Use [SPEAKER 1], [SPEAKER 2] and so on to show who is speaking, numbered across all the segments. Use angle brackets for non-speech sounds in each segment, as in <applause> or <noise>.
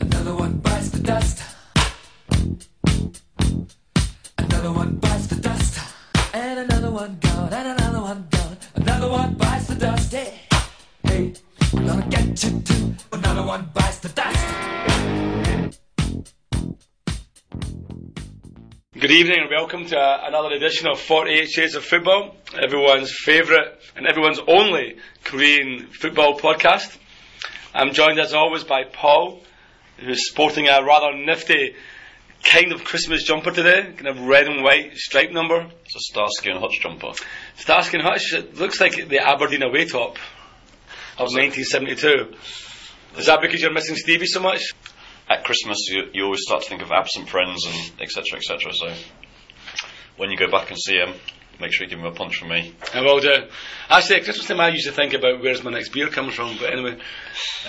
[SPEAKER 1] Another one bites the dust. Another one bites the dust. And another one gone, and another one gone. Another one bites the dust. Hey, hey, I'm gonna get you too. Another one bites the dust.
[SPEAKER 2] Good evening and welcome to uh, another edition of 48 Shades of Football, everyone's favourite and everyone's only Korean football podcast. I'm joined as always by Paul, who's sporting a rather nifty kind of Christmas jumper today, kind of red and white stripe number.
[SPEAKER 3] It's a Starsky and Hutch jumper.
[SPEAKER 2] Starsky and Hutch, it looks like the Aberdeen away top of 1972. Is that because you're missing Stevie so much?
[SPEAKER 3] At Christmas, you, you always start to think of absent friends and etc. etc. So when you go back and see him, make sure you give him a punch from me.
[SPEAKER 2] I will do. Actually, at Christmas time I used to think about where's my next beer comes from, but anyway.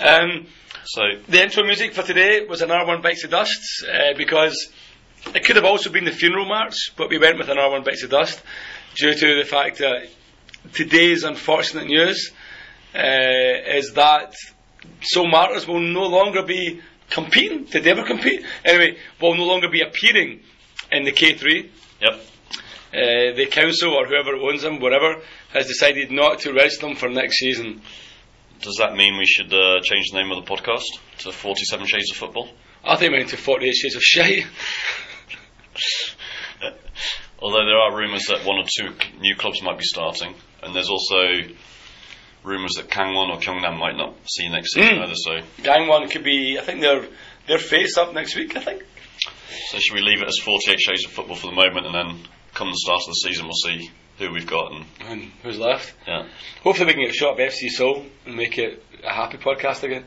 [SPEAKER 2] Um,
[SPEAKER 3] So
[SPEAKER 2] The intro music for today was another one bites the dust uh, because it could have also been the funeral march, but we went with another one bites the dust due to the fact that today's unfortunate news uh, is that Soul Martyrs will no longer be competing. Did they ever compete? Anyway, will no longer be appearing in the K3
[SPEAKER 3] yep,
[SPEAKER 2] uh, the council or whoever owns them, whatever, has decided not to register them for next season.
[SPEAKER 3] does that mean we should uh, change the name of the podcast to Forty Seven Shades of Football?
[SPEAKER 2] I think we went to 48 Shades of Shite.
[SPEAKER 3] Although there are rumours that one or two c- new clubs might be starting, and there's also rumours that Kangwon or Kyungnam might not see next season
[SPEAKER 2] Mm.
[SPEAKER 3] either. So,
[SPEAKER 2] Gang one could be, I think they're, they're face up next week, I think.
[SPEAKER 3] so should we leave it as Forty Eight Shades of Football for the moment, and then come the start of the season, we'll see who we've got and
[SPEAKER 2] And who's left?
[SPEAKER 3] yeah.
[SPEAKER 2] Hopefully we can get shot of FC Soul and make it a happy podcast <laughs> again.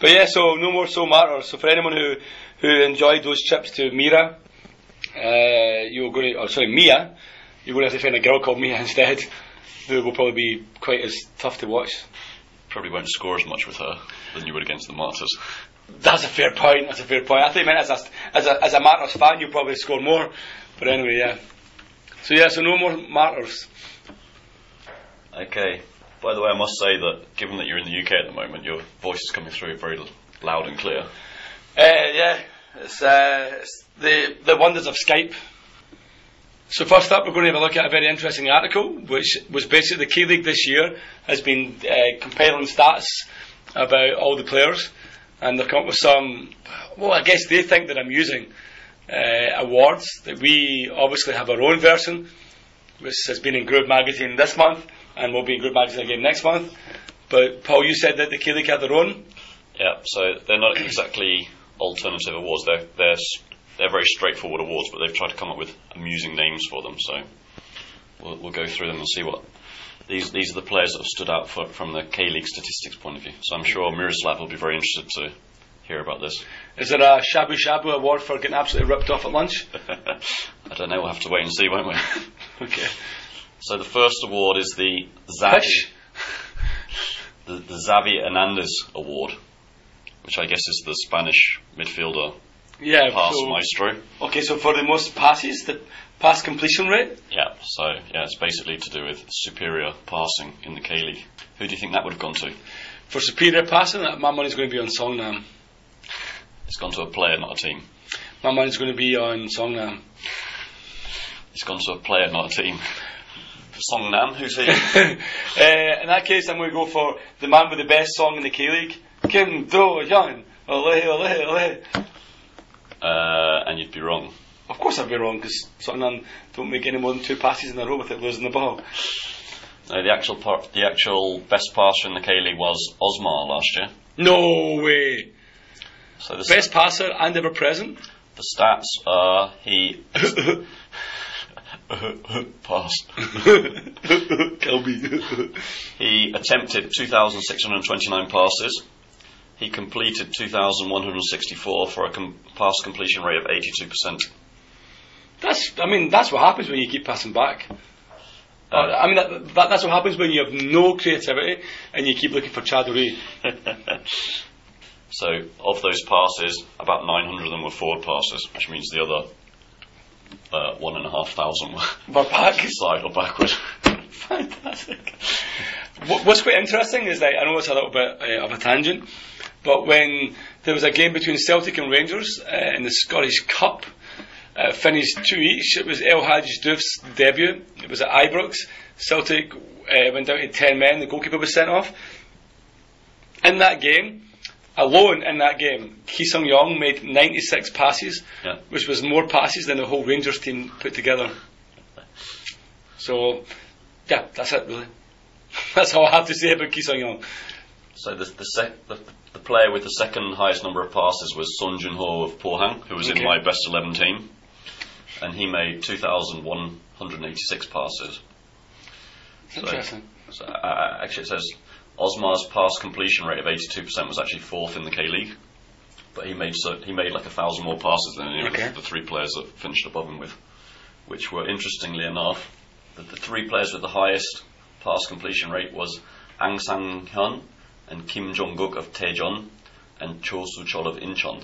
[SPEAKER 2] but yeah, so no more Soul Matters. So for anyone who, who enjoyed those chips to Mira, uh, you're going to, oh sorry, Mia, you're going to have to find a girl called Mia <laughs> instead, who will probably be quite as tough to watch.
[SPEAKER 3] Probably won't score as much with her than you would against the Martyrs.
[SPEAKER 2] That's a fair point. That's a fair point. I think, man, as a as a as a Martyrs fan, you probably score more. But anyway, yeah. So yeah, so no more Martyrs.
[SPEAKER 3] Okay. By the way, I must say that given that you're in the UK at the moment, your voice is coming through very l- loud and clear.
[SPEAKER 2] Uh, yeah, it's, uh, it's the the wonders of Skype. So first up, we're going to have a look at a very interesting article, which was basically the Key League this year has been uh, compiling stats about all the players, and they've come up with some. Well, I guess they think that I'm using uh, awards that we obviously have our own version, which has been in Group Magazine this month and will be in Group Magazine again next month. But Paul, you said that the Key League had their own.
[SPEAKER 3] Yeah. So they're not exactly alternative awards. They're they're s- they're very straightforward awards, but they've tried to come up with amusing names for them. So we'll, we'll go through them and see what these these are the players that have stood out for, from the K League statistics point of view. So I'm sure Miroslav will be very interested to hear about this.
[SPEAKER 2] Is there a shabu shabu award for getting absolutely ripped off at <laughs> lunch?
[SPEAKER 3] I don't know. We'll have to wait and see, won't we? <laughs>
[SPEAKER 2] Okay.
[SPEAKER 3] So the first award is the
[SPEAKER 2] Hush.
[SPEAKER 3] Zavi, <laughs> the, the Xavi Hernandez Award, which I guess is the Spanish midfielder
[SPEAKER 2] Yeah.
[SPEAKER 3] pass
[SPEAKER 2] so-
[SPEAKER 3] maestro.
[SPEAKER 2] okay, so for the most passes, the pass completion rate,
[SPEAKER 3] Yeah, so yeah, it's basically to do with superior passing in the K League. Who do you think that would have gone to?
[SPEAKER 2] for superior passing, uh, my money's going to be on Songnam.
[SPEAKER 3] It's gone to a player, not a team.
[SPEAKER 2] My money's going to be on Songnam.
[SPEAKER 3] It's gone to a player, not a team. <laughs> Songnam,
[SPEAKER 2] <laughs>
[SPEAKER 3] who's he?
[SPEAKER 2] <laughs> uh, in that case, I'm going to go for the man with the best song in the K League, Kim Do Hyun. Ole, ole, ole.
[SPEAKER 3] uh, and you'd be wrong.
[SPEAKER 2] Of course, I'd be wrong because Songnam don't make any more than two passes in a row without losing the ball.
[SPEAKER 3] No, the actual par- the actual best passer in the K League was Osmar last year.
[SPEAKER 2] No way.
[SPEAKER 3] So the, s-
[SPEAKER 2] Best passer and ever present.
[SPEAKER 3] the stats are he pass.
[SPEAKER 2] Kelby.
[SPEAKER 3] He attempted 2,629 passes. He completed 2,164 for a com- pass completion rate of 82%.
[SPEAKER 2] That's, I mean, that's what happens when you keep passing back.
[SPEAKER 3] Uh,
[SPEAKER 2] Uh, I mean, that, that, that's what happens when you have no creativity and you keep looking for Chadori.
[SPEAKER 3] <laughs> so, of those passes, about 900 of them were forward passes, which means the other uh, 1,500 <laughs> were
[SPEAKER 2] But back <laughs> is
[SPEAKER 3] side or backward.
[SPEAKER 2] fantastic. What, what's quite interesting is that I know it's a little bit uh, of a tangent, But when there was a game between Celtic and Rangers uh, in the Scottish Cup, uh, finished two each. It was El Hadj Doof's debut. It was at Ibrox. Celtic uh, went down to 10 men. The goalkeeper was sent off. In that game, alone in that game, Ki Sung Yong made 96 passes,
[SPEAKER 3] Yeah.
[SPEAKER 2] which was more passes than the whole Rangers team put together. So, yeah, that's it, really. <laughs> That's all I have to say about Ki Sung Yong.
[SPEAKER 3] So the the, sec- the the player with the second highest number of passes was Sun Jun Ho of Pohang, who was
[SPEAKER 2] Okay.
[SPEAKER 3] in my best eleven team, and he made two thousand one hundred eighty six passes.
[SPEAKER 2] Interesting.
[SPEAKER 3] So uh, actually, it says Osmar's pass completion rate of eighty two percent was actually fourth in the K League, but he made so he made like a thousand more passes than any
[SPEAKER 2] Okay.
[SPEAKER 3] of the three players that finished above him with, which were interestingly enough, the, the three players with the highest pass completion rate was Ang Sang Hyun and Kim Jong Guk of Daejeon and Cho Soo Chol of Incheon.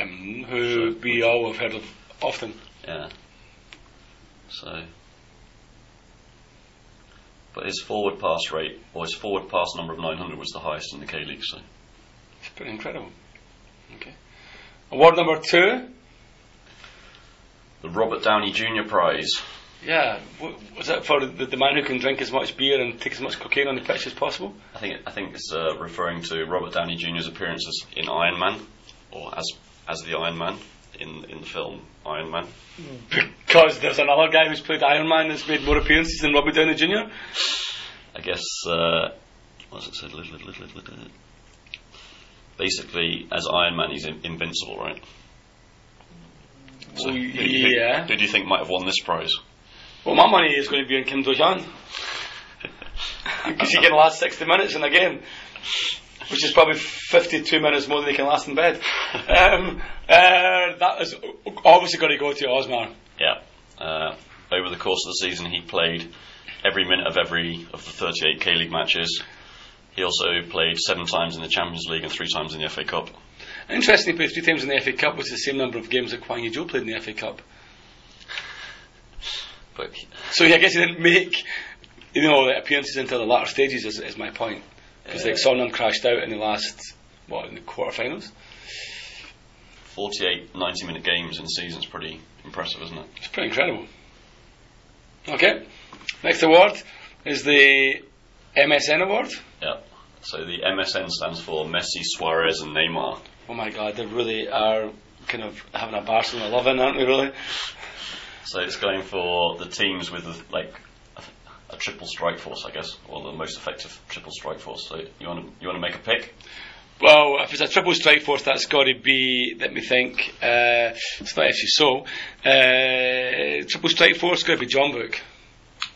[SPEAKER 2] Um, who we all have heard of often.
[SPEAKER 3] Yeah. So. But his forward pass rate, or his forward pass number of 900 was the highest in the K League, so.
[SPEAKER 2] It's pretty incredible. Okay. Award number two.
[SPEAKER 3] The Robert Downey Jr. Prize.
[SPEAKER 2] Yeah, w- was that for the, the man who can drink as much beer and take as much cocaine on the pitch as possible?
[SPEAKER 3] I think I think it's uh, referring to Robert Downey Jr.'s appearances in Iron Man, or as as the Iron Man in in the film Iron Man.
[SPEAKER 2] Because there's another guy who's played Iron Man that's made more appearances than Robbie Downey Jr.
[SPEAKER 3] I guess uh, what's it said? Little, little, little, little. Basically, as Iron Man, he's in- invincible, right?
[SPEAKER 2] Well,
[SPEAKER 3] who do you think-
[SPEAKER 2] yeah.
[SPEAKER 3] who do you think might have won this prize?
[SPEAKER 2] Well, my money is going to be on Kim Do <laughs> Hyun. Because he can last 60 minutes in a game, which is probably 52 minutes more than he can last in bed. <laughs> Um, uh, that is obviously going to go to Osmar.
[SPEAKER 3] Yeah. Uh, over the course of the season, he played every minute of every of the 38 K League matches. He also played seven times in the Champions League and three times in the FA Cup.
[SPEAKER 2] Interesting, he played three times in the FA Cup, which is the same number of games that Kwang Joe played in the FA Cup.
[SPEAKER 3] But he-
[SPEAKER 2] So yeah, I guess he didn't make, you know, the appearances until the latter stages. Is, is my point because like Sonam crashed out in the last what in the quarterfinals.
[SPEAKER 3] 48 90 minute games in a season is pretty impressive, isn't it?
[SPEAKER 2] It's pretty incredible. Okay, next award is the MSN award.
[SPEAKER 3] Yeah. So the MSN stands for Messi, Suarez, and Neymar.
[SPEAKER 2] Oh my God, they really are kind of having a Barcelona love in, aren't they? Really?
[SPEAKER 3] So it's going for the teams with like a, a triple strike force, I guess, or the most effective triple strike force. So you want to you want to make a pick?
[SPEAKER 2] Well, if it's a triple strike force, that's got to be, let me think, uh, it's not actually so. Uh, triple strike force got to be John Book.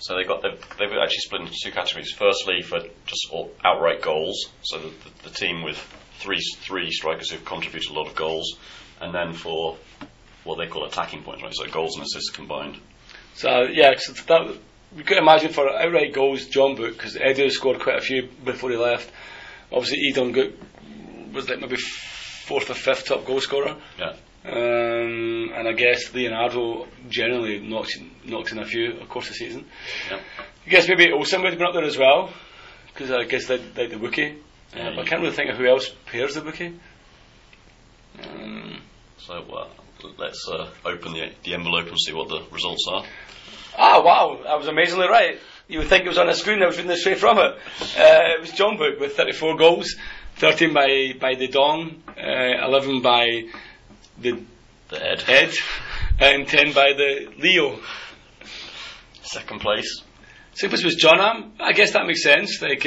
[SPEAKER 3] So they got they've, they've actually split into two categories. Firstly, for just all outright goals, so the, the, the team with three three strikers who've contributed a lot of goals, and then for what they call attacking points, right? So goals and assists combined.
[SPEAKER 2] So yeah, so that we could imagine for outright goals, John Book because Edu scored quite a few before he left. Obviously, Edon Gook was like maybe fourth or fifth top goal scorer,
[SPEAKER 3] Yeah.
[SPEAKER 2] um, and I guess Leonardo generally knocks knocks in a few of course the season.
[SPEAKER 3] Yeah.
[SPEAKER 2] I guess maybe Olsen would have been up there as well because I guess they like the Wookie. Uh,
[SPEAKER 3] Yeah,
[SPEAKER 2] but I
[SPEAKER 3] you-
[SPEAKER 2] can't really think of who else pairs the Wookie. Um,
[SPEAKER 3] So well, let's uh, open the, the envelope and see what the results are.
[SPEAKER 2] Ah, wow, I was amazingly right. You would think it was on a screen, I was reading it straight from it. Uh, it was John Book with 34 goals, 13 by, by the Dong, uh, 11 by the
[SPEAKER 3] The head.
[SPEAKER 2] Ed, and 10 by the Leo.
[SPEAKER 3] Second place.
[SPEAKER 2] Second place was John Am. I guess that makes sense, like,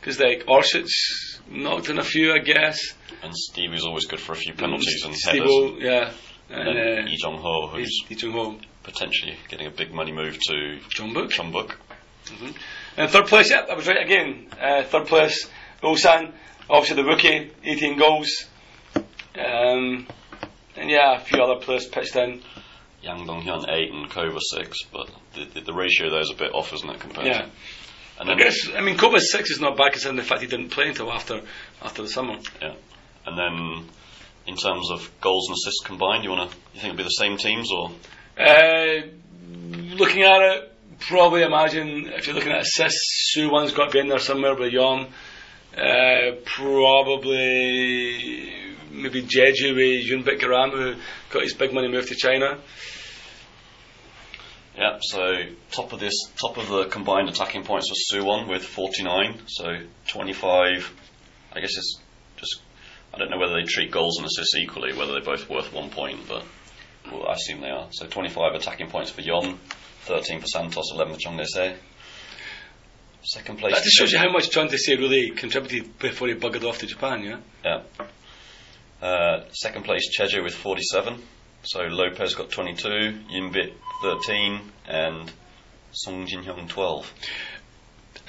[SPEAKER 2] because like Orshit's knocked in a few, I guess.
[SPEAKER 3] And Steve is always good for a few penalties and
[SPEAKER 2] Steve-O,
[SPEAKER 3] headers.
[SPEAKER 2] Mm, yeah.
[SPEAKER 3] And then
[SPEAKER 2] And
[SPEAKER 3] Lee
[SPEAKER 2] uh,
[SPEAKER 3] Jong Ho, who's
[SPEAKER 2] he's teaching home.
[SPEAKER 3] potentially getting a big money move to
[SPEAKER 2] John Book.
[SPEAKER 3] Chumbuk.
[SPEAKER 2] And third place, yep, I was right again. Uh, third place, Ulsan, obviously the rookie, 18 goals. Um, and yeah, a few other players pitched in.
[SPEAKER 3] Yang Dong Hyun eight and Kova six, but the, the, the ratio there is a bit off, isn't it? Compared.
[SPEAKER 2] Yeah.
[SPEAKER 3] To, and
[SPEAKER 2] I
[SPEAKER 3] then
[SPEAKER 2] guess, I mean, Kovac 6 is not bad considering the fact he didn't play until after after the summer.
[SPEAKER 3] yeah. And then in terms of goals and assists combined, you want to you think it'd be the same teams or
[SPEAKER 2] Uh, looking at it, probably imagine if you're looking at assists, Sue one's got to be in there somewhere with Yom. Uh, Uh, probably maybe Jeju with Yunbek Garam, who got his big money move to China.
[SPEAKER 3] Yeah, so top of this, top of the combined attacking points was Suwon with 49. So 25. I guess it's just. I don't know whether they treat goals and assists equally, whether they're both worth one point, but well, I assume they are. So 25 attacking points for Yon, 13 for Santos, 11 for Chongnese. Second place.
[SPEAKER 2] That just shows you how much John Desai really contributed before he buggered off to Japan, yeah?
[SPEAKER 3] Yeah. Uh, second place, Cheju with 47. So Lopez got 22, Yinbit 13, and Song Jin Hyung 12.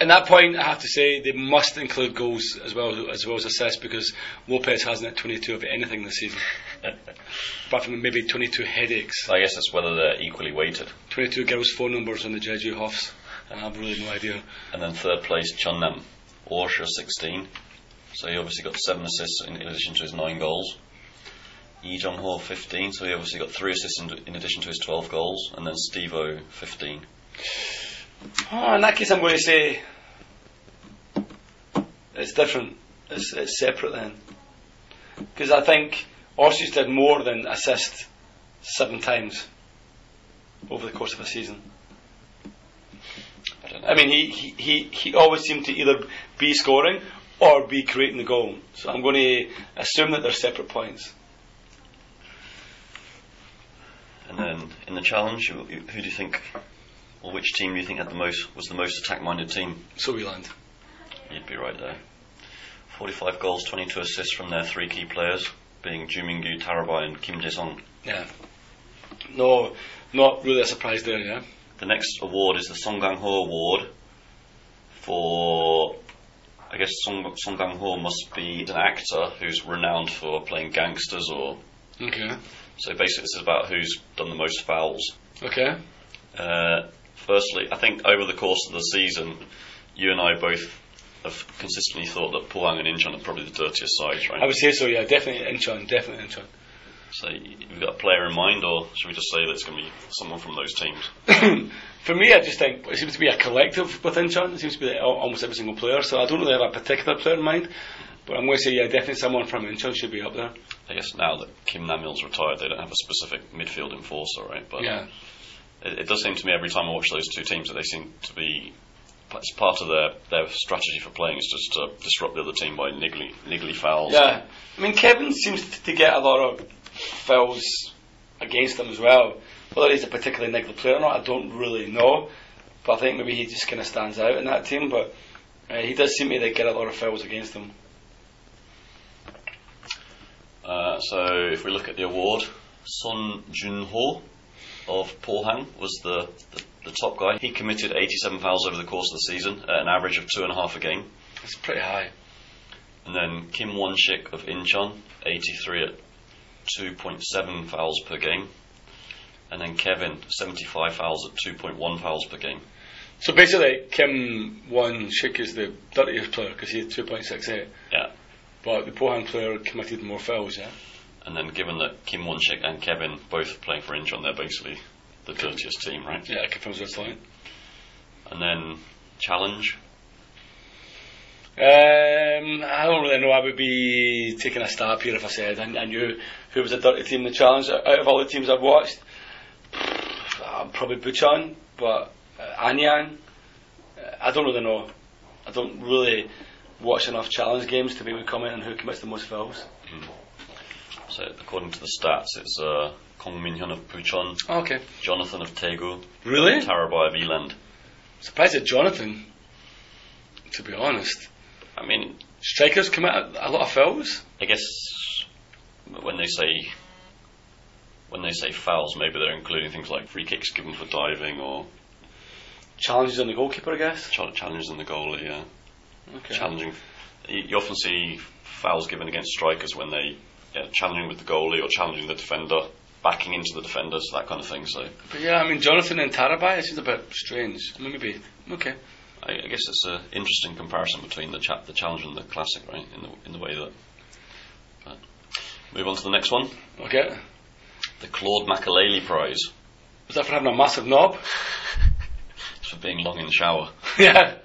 [SPEAKER 2] At that point, I have to say they must include goals as well as well as assists because Lopez hasn't hit 22 of anything this season, <laughs> apart from maybe 22 headaches,
[SPEAKER 3] So I guess that's whether they're equally weighted.
[SPEAKER 2] 22 girls' phone numbers on the Jeju Hoffs. I have really no idea.
[SPEAKER 3] And then third place, Chunnam, Orsha 16. So he obviously got seven assists in addition to his nine goals. Yi Jong Ho 15, so he obviously got three assists in, in addition to his 12 goals. And then Stevo 15.
[SPEAKER 2] Oh, in that case, I'm going to say it's different. It's, it's separate then, because I think Orsic did more than assist seven times over the course of a season.
[SPEAKER 3] I don't know.
[SPEAKER 2] I mean, he, he, he, he always seemed to either be scoring or be creating the goal. So I'm going to assume that they're separate points.
[SPEAKER 3] And then in the challenge, who who do you think, or which team do you think had the most was the most attack-minded team?
[SPEAKER 2] So we land.
[SPEAKER 3] You'd be right there. 45 goals, 22 assists from their three key players, being Jumingu, Tarabai, and Kim Jae-sung.
[SPEAKER 2] Yeah. No, not really a surprise there, yeah.
[SPEAKER 3] The next award is the Song Gang-ho Award for. I guess Song, Song Gang-ho must be an actor who's renowned for playing gangsters, or
[SPEAKER 2] Okay.
[SPEAKER 3] so. Basically, this is about who's done the most fouls.
[SPEAKER 2] Okay.
[SPEAKER 3] Uh, firstly, I think over the course of the season, you and I both have consistently thought that Pohang and Incheon are probably the dirtiest sides, right?
[SPEAKER 2] I would say so, yeah. Definitely Incheon, definitely Incheon.
[SPEAKER 3] So, you've got a player in mind, or should we just say that it's going to be someone from those teams?
[SPEAKER 2] For me, I just think it seems to be a collective with Incheon. It seems to be that al- almost every single player. So I don't really have a particular player in mind. But I'm going to say, yeah, definitely someone from Incheon should be up there.
[SPEAKER 3] I guess now that Kim Namil's retired, they don't have a specific midfield enforcer, right? But
[SPEAKER 2] Yeah.
[SPEAKER 3] it, it does seem to me every time I watch those two teams that they seem to be. It's part of their, their strategy for playing is just to disrupt the other team by niggly, niggly fouls.
[SPEAKER 2] Yeah, I mean Kevin seems t- to get a lot of fouls against him as well. Whether he's a particularly niggly player or not, I don't really know. But I think maybe he just kind of stands out in that team. But uh, he does seem to like, get a lot of fouls against him.
[SPEAKER 3] Uh, so if we look at the award, Son Jun-ho of Pohang was the, the, the top guy. He committed 87 fouls over the course of the season, at an average of two and a half a game.
[SPEAKER 2] It's pretty high.
[SPEAKER 3] And then Kim Won-shik of Incheon, 83 at 2.7 fouls per game. And then Kevin, 75 fouls at 2.1 fouls per game.
[SPEAKER 2] So basically, Kim Won Shik is the dirtiest player because he had 2.68.
[SPEAKER 3] Yeah.
[SPEAKER 2] But the Pohang player committed more fouls, yeah?
[SPEAKER 3] And then given that Kim Won-shik and Kevin both playing for Incheon, they're basically the dirtiest team, right?
[SPEAKER 2] Yeah, it confirms what it's like.
[SPEAKER 3] And then challenge,
[SPEAKER 2] Um, I don't really know. I would be taking a stab here if I said I, I knew who was a dirty team in the challenge. Out of all the teams I've watched, I'm probably Buchan, but uh, Anyang, uh, I don't really know. I don't really watch enough challenge games to be able to comment on who commits the most fouls.
[SPEAKER 3] So, according to the stats, it's uh, Kong Min Hyun of Puchon,
[SPEAKER 2] Okay.
[SPEAKER 3] Jonathan of Daegu,
[SPEAKER 2] Really?
[SPEAKER 3] Tarabai of Eland.
[SPEAKER 2] Surprised at Jonathan, to be honest.
[SPEAKER 3] I mean,
[SPEAKER 2] Strikers commit a, a lot of fouls.
[SPEAKER 3] I guess when they say when they say fouls, maybe they're including things like free kicks given for diving or
[SPEAKER 2] Challenges on the goalkeeper, I guess.
[SPEAKER 3] chal- challenges in the goalie. Yeah,
[SPEAKER 2] Okay.
[SPEAKER 3] challenging. You, you often see fouls given against strikers when they yeah, challenging with the goalie or challenging the defender, backing into the defenders, that kind of thing. So,
[SPEAKER 2] But yeah, I mean, Jonathan and Tarabai, it's just a bit strange. I mean, maybe. Okay.
[SPEAKER 3] I, I guess it's an interesting comparison between the cha- the challenge and the classic, right? In the in the way that. But move on to the next one,
[SPEAKER 2] Okay.
[SPEAKER 3] the Claude Makélélé Prize
[SPEAKER 2] Was that for having a massive knob? <laughs>
[SPEAKER 3] It's for being long in the shower.
[SPEAKER 2] yeah.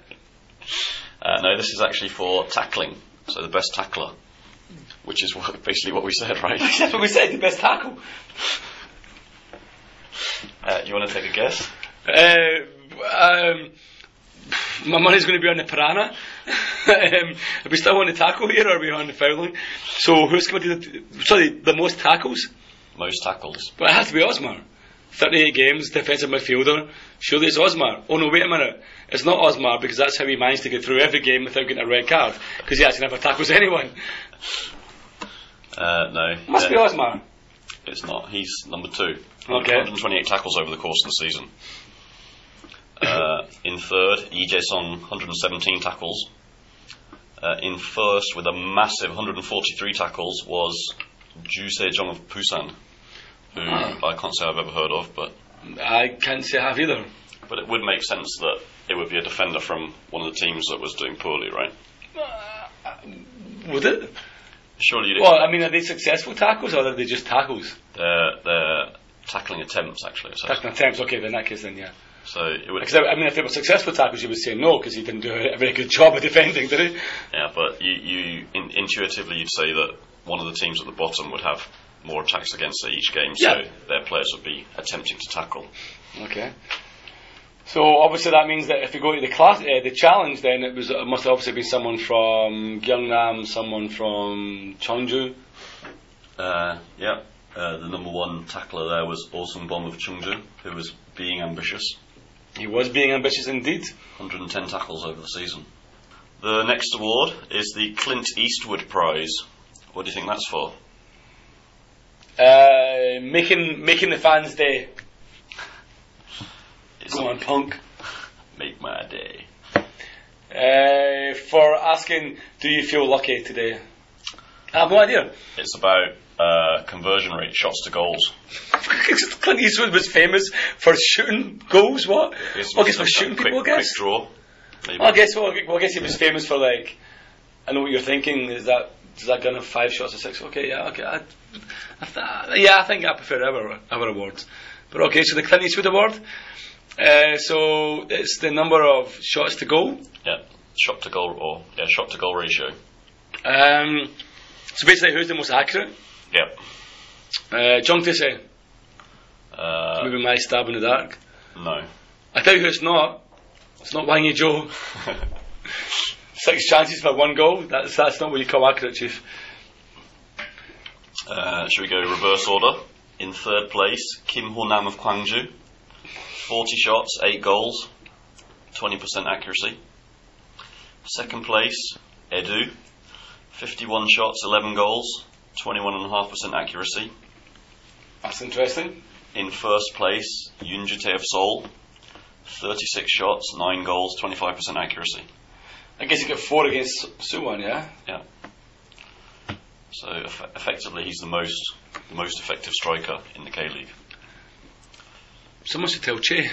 [SPEAKER 3] Uh, Uh, no, this is actually for tackling. So the best tackler, which is what, basically what we said,
[SPEAKER 2] <laughs>
[SPEAKER 3] right?
[SPEAKER 2] That's what we said, the best tackle.
[SPEAKER 3] Uh, you want to take a guess?
[SPEAKER 2] Uh, um, my money's going to be on the Piranha. <laughs> um, are we still on the tackle here, or are we on the fouling? So who's going to do the, sorry, the most tackles?
[SPEAKER 3] Most tackles.
[SPEAKER 2] But it has to be Osmar. 38 games, defensive midfielder. Surely it's Osmar. Oh no, wait a minute. It's not Osmar because that's how he managed to get through every game without getting a red card because he actually never tackles <laughs> anyone.
[SPEAKER 3] Uh, no.
[SPEAKER 2] Must
[SPEAKER 3] Uh,
[SPEAKER 2] be Osmar.
[SPEAKER 3] It's not. He's number two.
[SPEAKER 2] Okay.
[SPEAKER 3] 128 tackles over the course of the season. Uh, in third, EJ Song, 117 tackles. Uh, in first, with a massive 143 tackles, was Ju Sejong of Busan, who I can't say I've ever heard of, but
[SPEAKER 2] I can't say I have either.
[SPEAKER 3] but it would make sense that it would be a defender from one of the teams that was doing poorly, right?
[SPEAKER 2] Would it?
[SPEAKER 3] Surely you'd
[SPEAKER 2] Well,
[SPEAKER 3] expect
[SPEAKER 2] I mean, are they successful tackles or are they just tackles?
[SPEAKER 3] their, uh, their tackling attempts, actually. So,
[SPEAKER 2] Tackling attempts, okay, then in that case, then yeah.
[SPEAKER 3] so it would,
[SPEAKER 2] Because I I mean, if they were successful tackles, you would say no because he didn't do a <laughs> very good job of defending, did he?
[SPEAKER 3] Yeah, but you, you in, intuitively you'd say that one of the teams at the bottom would have more attacks against it each game, so
[SPEAKER 2] Yeah.
[SPEAKER 3] their players would be attempting to tackle.
[SPEAKER 2] Okay. So obviously that means that if you go to the class, uh, the challenge, then it was it must have obviously been someone from Gyeongnam, someone from Chungju.
[SPEAKER 3] Uh, yeah, uh, the number one tackler there was Awesome Bomb of Chungju, who was being ambitious.
[SPEAKER 2] He was being ambitious indeed.
[SPEAKER 3] 110 tackles over the season. The next award is the Clint Eastwood Prize. What do you think that's for?
[SPEAKER 2] Uh, making making the fans day.
[SPEAKER 3] It's
[SPEAKER 2] Go
[SPEAKER 3] a-
[SPEAKER 2] on, punk.
[SPEAKER 3] Make my day.
[SPEAKER 2] Uh, for asking, do you feel lucky today? I have no idea. <laughs>
[SPEAKER 3] It's about uh, conversion rate, shots to goals.
[SPEAKER 2] Clint Eastwood was famous for shooting goals. What? I guess for shooting
[SPEAKER 3] quick,
[SPEAKER 2] people. Oh, I guess.
[SPEAKER 3] Quick draw. maybe.
[SPEAKER 2] Well, I guess well, I guess he was famous for like. I know what you're thinking. Is that does that gun have five shots or six? Okay, yeah, okay. I, I th- yeah, I think I prefer our our awards. But okay, so the Clint Eastwood Award. Uh, so it's the number of shots to goal.
[SPEAKER 3] Yeah, shot to goal or yeah, shot to goal ratio.
[SPEAKER 2] Um, so basically, who's the most accurate?
[SPEAKER 3] Yep.
[SPEAKER 2] Uh, John Tissé,
[SPEAKER 3] Uh,
[SPEAKER 2] maybe my stab in the dark.
[SPEAKER 3] no.
[SPEAKER 2] I tell you who it's not. It's not Wangy Joe. <laughs> Six chances for one goal. That's that's not what you call accurate, chief.
[SPEAKER 3] Uh, should we go reverse order? In third place, Kim Ho Nam of Kwangju. 40 shots, 8 goals, 20% accuracy. Second place, Edu. 51 shots, 11 goals, 21.5% accuracy.
[SPEAKER 2] That's interesting.
[SPEAKER 3] In first place, Yunjite of Seoul. 36 shots, 9 goals, 25% accuracy.
[SPEAKER 2] I guess you get four against Suwon, yeah?
[SPEAKER 3] Yeah. So eff effectively, he's the most the most effective striker in the K League.
[SPEAKER 2] Someone should tell Che.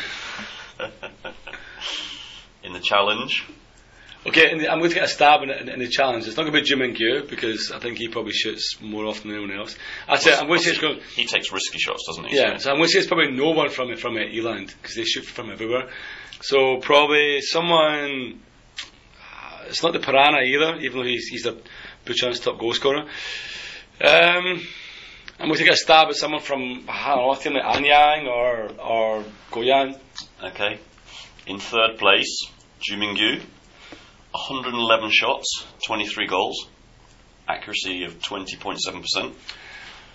[SPEAKER 3] In the challenge,
[SPEAKER 2] Okay, and I'm going to get a stab in, in, in the challenge. It's not going to be Jim and Gyu because I think he probably shoots more often than anyone else. I say, I'm going to say it's going.
[SPEAKER 3] he takes risky shots, doesn't he?
[SPEAKER 2] Yeah,
[SPEAKER 3] So
[SPEAKER 2] so I'm going to say it's probably no one from from uh, Eland because they shoot from everywhere. So probably someone. uh, It's not the Piranha either, even though he's he's the Buchan's top goal scorer. Um, I'm going to get a stab at someone from I don't know, I think like Anyang or or Goyan.
[SPEAKER 3] Okay. In third place, Jumingyu, 111 shots, 23 goals, accuracy of 20.7%.
[SPEAKER 2] There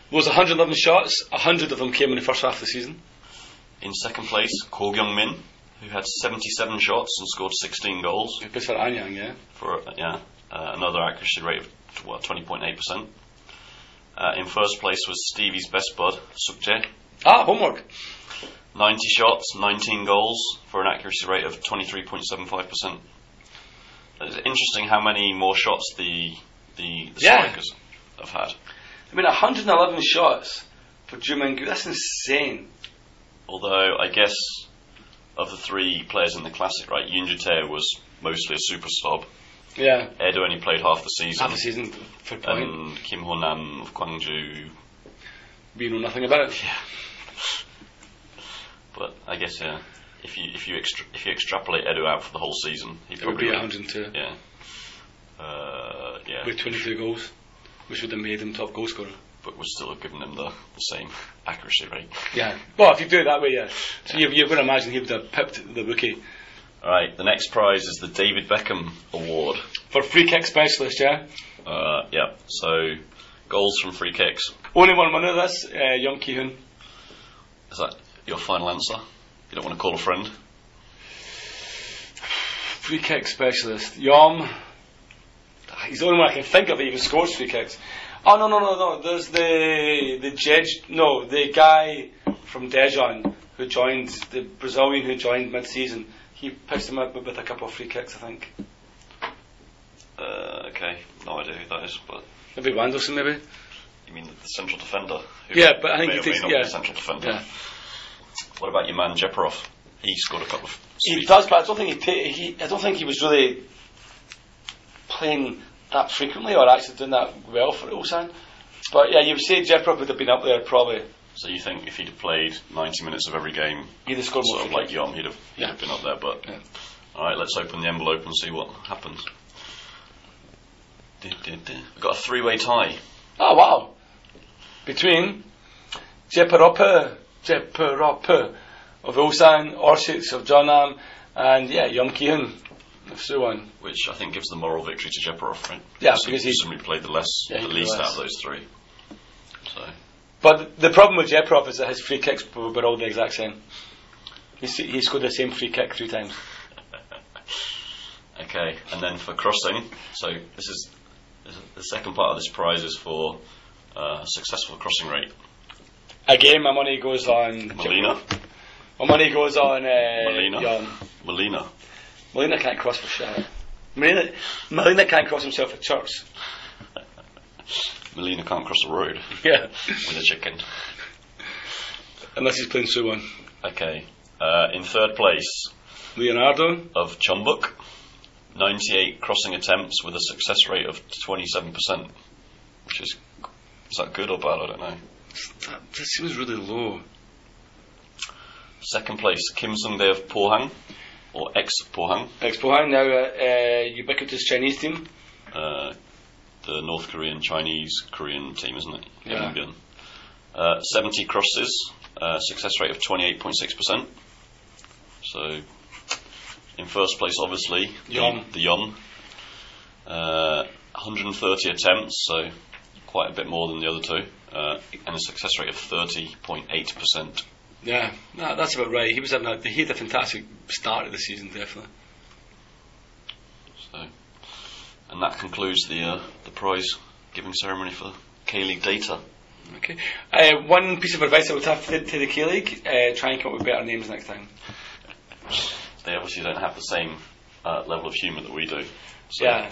[SPEAKER 2] was 111 shots. 100 of them came in the first half of the season.
[SPEAKER 3] In second place, Ko Kyung Min, who had 77 shots and scored 16 goals.
[SPEAKER 2] Good for Anyang, yeah.
[SPEAKER 3] for uh, yeah uh, another accuracy rate of well, 20.8%. Uh, in first place was Stevie's best bud, Sukje.
[SPEAKER 2] Ah, homework.
[SPEAKER 3] 90 shots, 19 goals for an accuracy rate of 23.75%. It's interesting how many more shots the the, the
[SPEAKER 2] Yeah.
[SPEAKER 3] strikers have had.
[SPEAKER 2] I mean, 111 shots for Jumangu. That's insane.
[SPEAKER 3] Although I guess of the three players in the classic, right, Yunjite was mostly a super sub.
[SPEAKER 2] Yeah.
[SPEAKER 3] Edo only played half the season,
[SPEAKER 2] Half a season for point.
[SPEAKER 3] and Kim Ho Nam of Gwangju
[SPEAKER 2] we know nothing about it.
[SPEAKER 3] But I guess yeah, if you if you extra, if you extrapolate Edu out for the whole season, he
[SPEAKER 2] It would be
[SPEAKER 3] probably
[SPEAKER 2] 102
[SPEAKER 3] Yeah. Uh, yeah.
[SPEAKER 2] with 22 goals, which would have made him top goal scorer.
[SPEAKER 3] but we're still giving them the, the same <laughs> accuracy rate.
[SPEAKER 2] Yeah. Well, if you do it that way, yeah. So you've, you've got to imagine he would have pipped the rookie.
[SPEAKER 3] All right. The next prize is the David Beckham Award.
[SPEAKER 2] For free kick specialist, yeah.
[SPEAKER 3] Uh, yeah. So goals from free kicks.
[SPEAKER 2] Only one winner of this, uh, Young Keehoon.
[SPEAKER 3] Is that your final answer? You don't want to call a friend.
[SPEAKER 2] Free kick specialist. Yom. Ah, He's the only one I can think of that even scores free kicks. Oh, no, no, no, no. There's the, the judge, no, the guy from Dejon who joined, the Brazilian who joined mid season. He picks him up with a couple of free kicks, I think.
[SPEAKER 3] Uh, okay. No idea who that is, but
[SPEAKER 2] Maybe Wanderson, maybe?
[SPEAKER 3] you mean the central defender? Who
[SPEAKER 2] Yeah, but I think
[SPEAKER 3] may
[SPEAKER 2] he
[SPEAKER 3] or
[SPEAKER 2] takes-
[SPEAKER 3] may not
[SPEAKER 2] yeah.
[SPEAKER 3] be the central defender.
[SPEAKER 2] Yeah.
[SPEAKER 3] What about your man Jeparov? He scored a couple of.
[SPEAKER 2] He
[SPEAKER 3] sweet-
[SPEAKER 2] does, but I don't think he, ta- he. I don't think he was really playing that frequently, or actually doing that well for Ulsan. But yeah, you would say Jeprov would have been up there probably.
[SPEAKER 3] So you think if he'd have played 90 minutes of every game,
[SPEAKER 2] He'd have scored more.
[SPEAKER 3] sort of
[SPEAKER 2] free
[SPEAKER 3] like Yom, he'd have, he'd
[SPEAKER 2] Yeah.
[SPEAKER 3] have been up there. But
[SPEAKER 2] Yeah.
[SPEAKER 3] all right, let's open the envelope and see what happens. Du- du- du. We've got a three-way tie.
[SPEAKER 2] kicks. Oh wow! Between Jeprov, Jeprov of Ulsan, Orsic of Jonam, and yeah, Yom Kihun of Suwon.
[SPEAKER 3] Which I think gives the moral victory to Jeparov, right?
[SPEAKER 2] Yeah,
[SPEAKER 3] So
[SPEAKER 2] because he-
[SPEAKER 3] somebody played the less,
[SPEAKER 2] Yeah, he
[SPEAKER 3] the
[SPEAKER 2] played
[SPEAKER 3] least
[SPEAKER 2] less.
[SPEAKER 3] out of those three. So
[SPEAKER 2] But the problem with Jeprov is that his free kicks were were all the exact same. He, s- he scored the same free kick three times.
[SPEAKER 3] okay, and then for crossing, so this is this is- the second part of this prize is for uh, successful crossing rate.
[SPEAKER 2] Again, my money goes on
[SPEAKER 3] Molina,
[SPEAKER 2] My money goes on uh,
[SPEAKER 3] Molina,
[SPEAKER 2] Yon.
[SPEAKER 3] Molina.
[SPEAKER 2] Molina can't cross for shit. Molina, Molina can't cross himself at church.
[SPEAKER 3] Molina can't cross the road
[SPEAKER 2] <laughs> Yeah,
[SPEAKER 3] with a chicken.
[SPEAKER 2] unless he's playing Suwon.
[SPEAKER 3] Okay. Uh, in third place,
[SPEAKER 2] Leonardo,
[SPEAKER 3] of Chumbuk. 98 crossing attempts with a success rate of 27%, which is is that good or bad? I don't know.
[SPEAKER 2] that, that Uh, seems really low.
[SPEAKER 3] Second place, Kim Sung Dae of Pohang, or ex Pohang,
[SPEAKER 2] Ex Pohang now a uh, ubiquitous Chinese team.
[SPEAKER 3] uh, the North Korean Chinese Korean team, isn't it?
[SPEAKER 2] Yeah.
[SPEAKER 3] Yeonbyeon. Uh, 70 crosses, uh, success rate of 28.6%. So, in first place, obviously, the-
[SPEAKER 2] Yeon.
[SPEAKER 3] the Yon. Uh, 130 attempts, so quite a bit more than the other two, uh, and a success rate of 30.8%.
[SPEAKER 2] Yeah, no, that's about right. He was having a, he had a fantastic start of the season, definitely.
[SPEAKER 3] So, and that concludes the uh, the prize giving ceremony for K League data.
[SPEAKER 2] Okay. Uh, one piece of advice I would have to, to the K League: uh, try and come up with better names next time.
[SPEAKER 3] They obviously don't have the same uh, level of humour that we do. So
[SPEAKER 2] Yeah.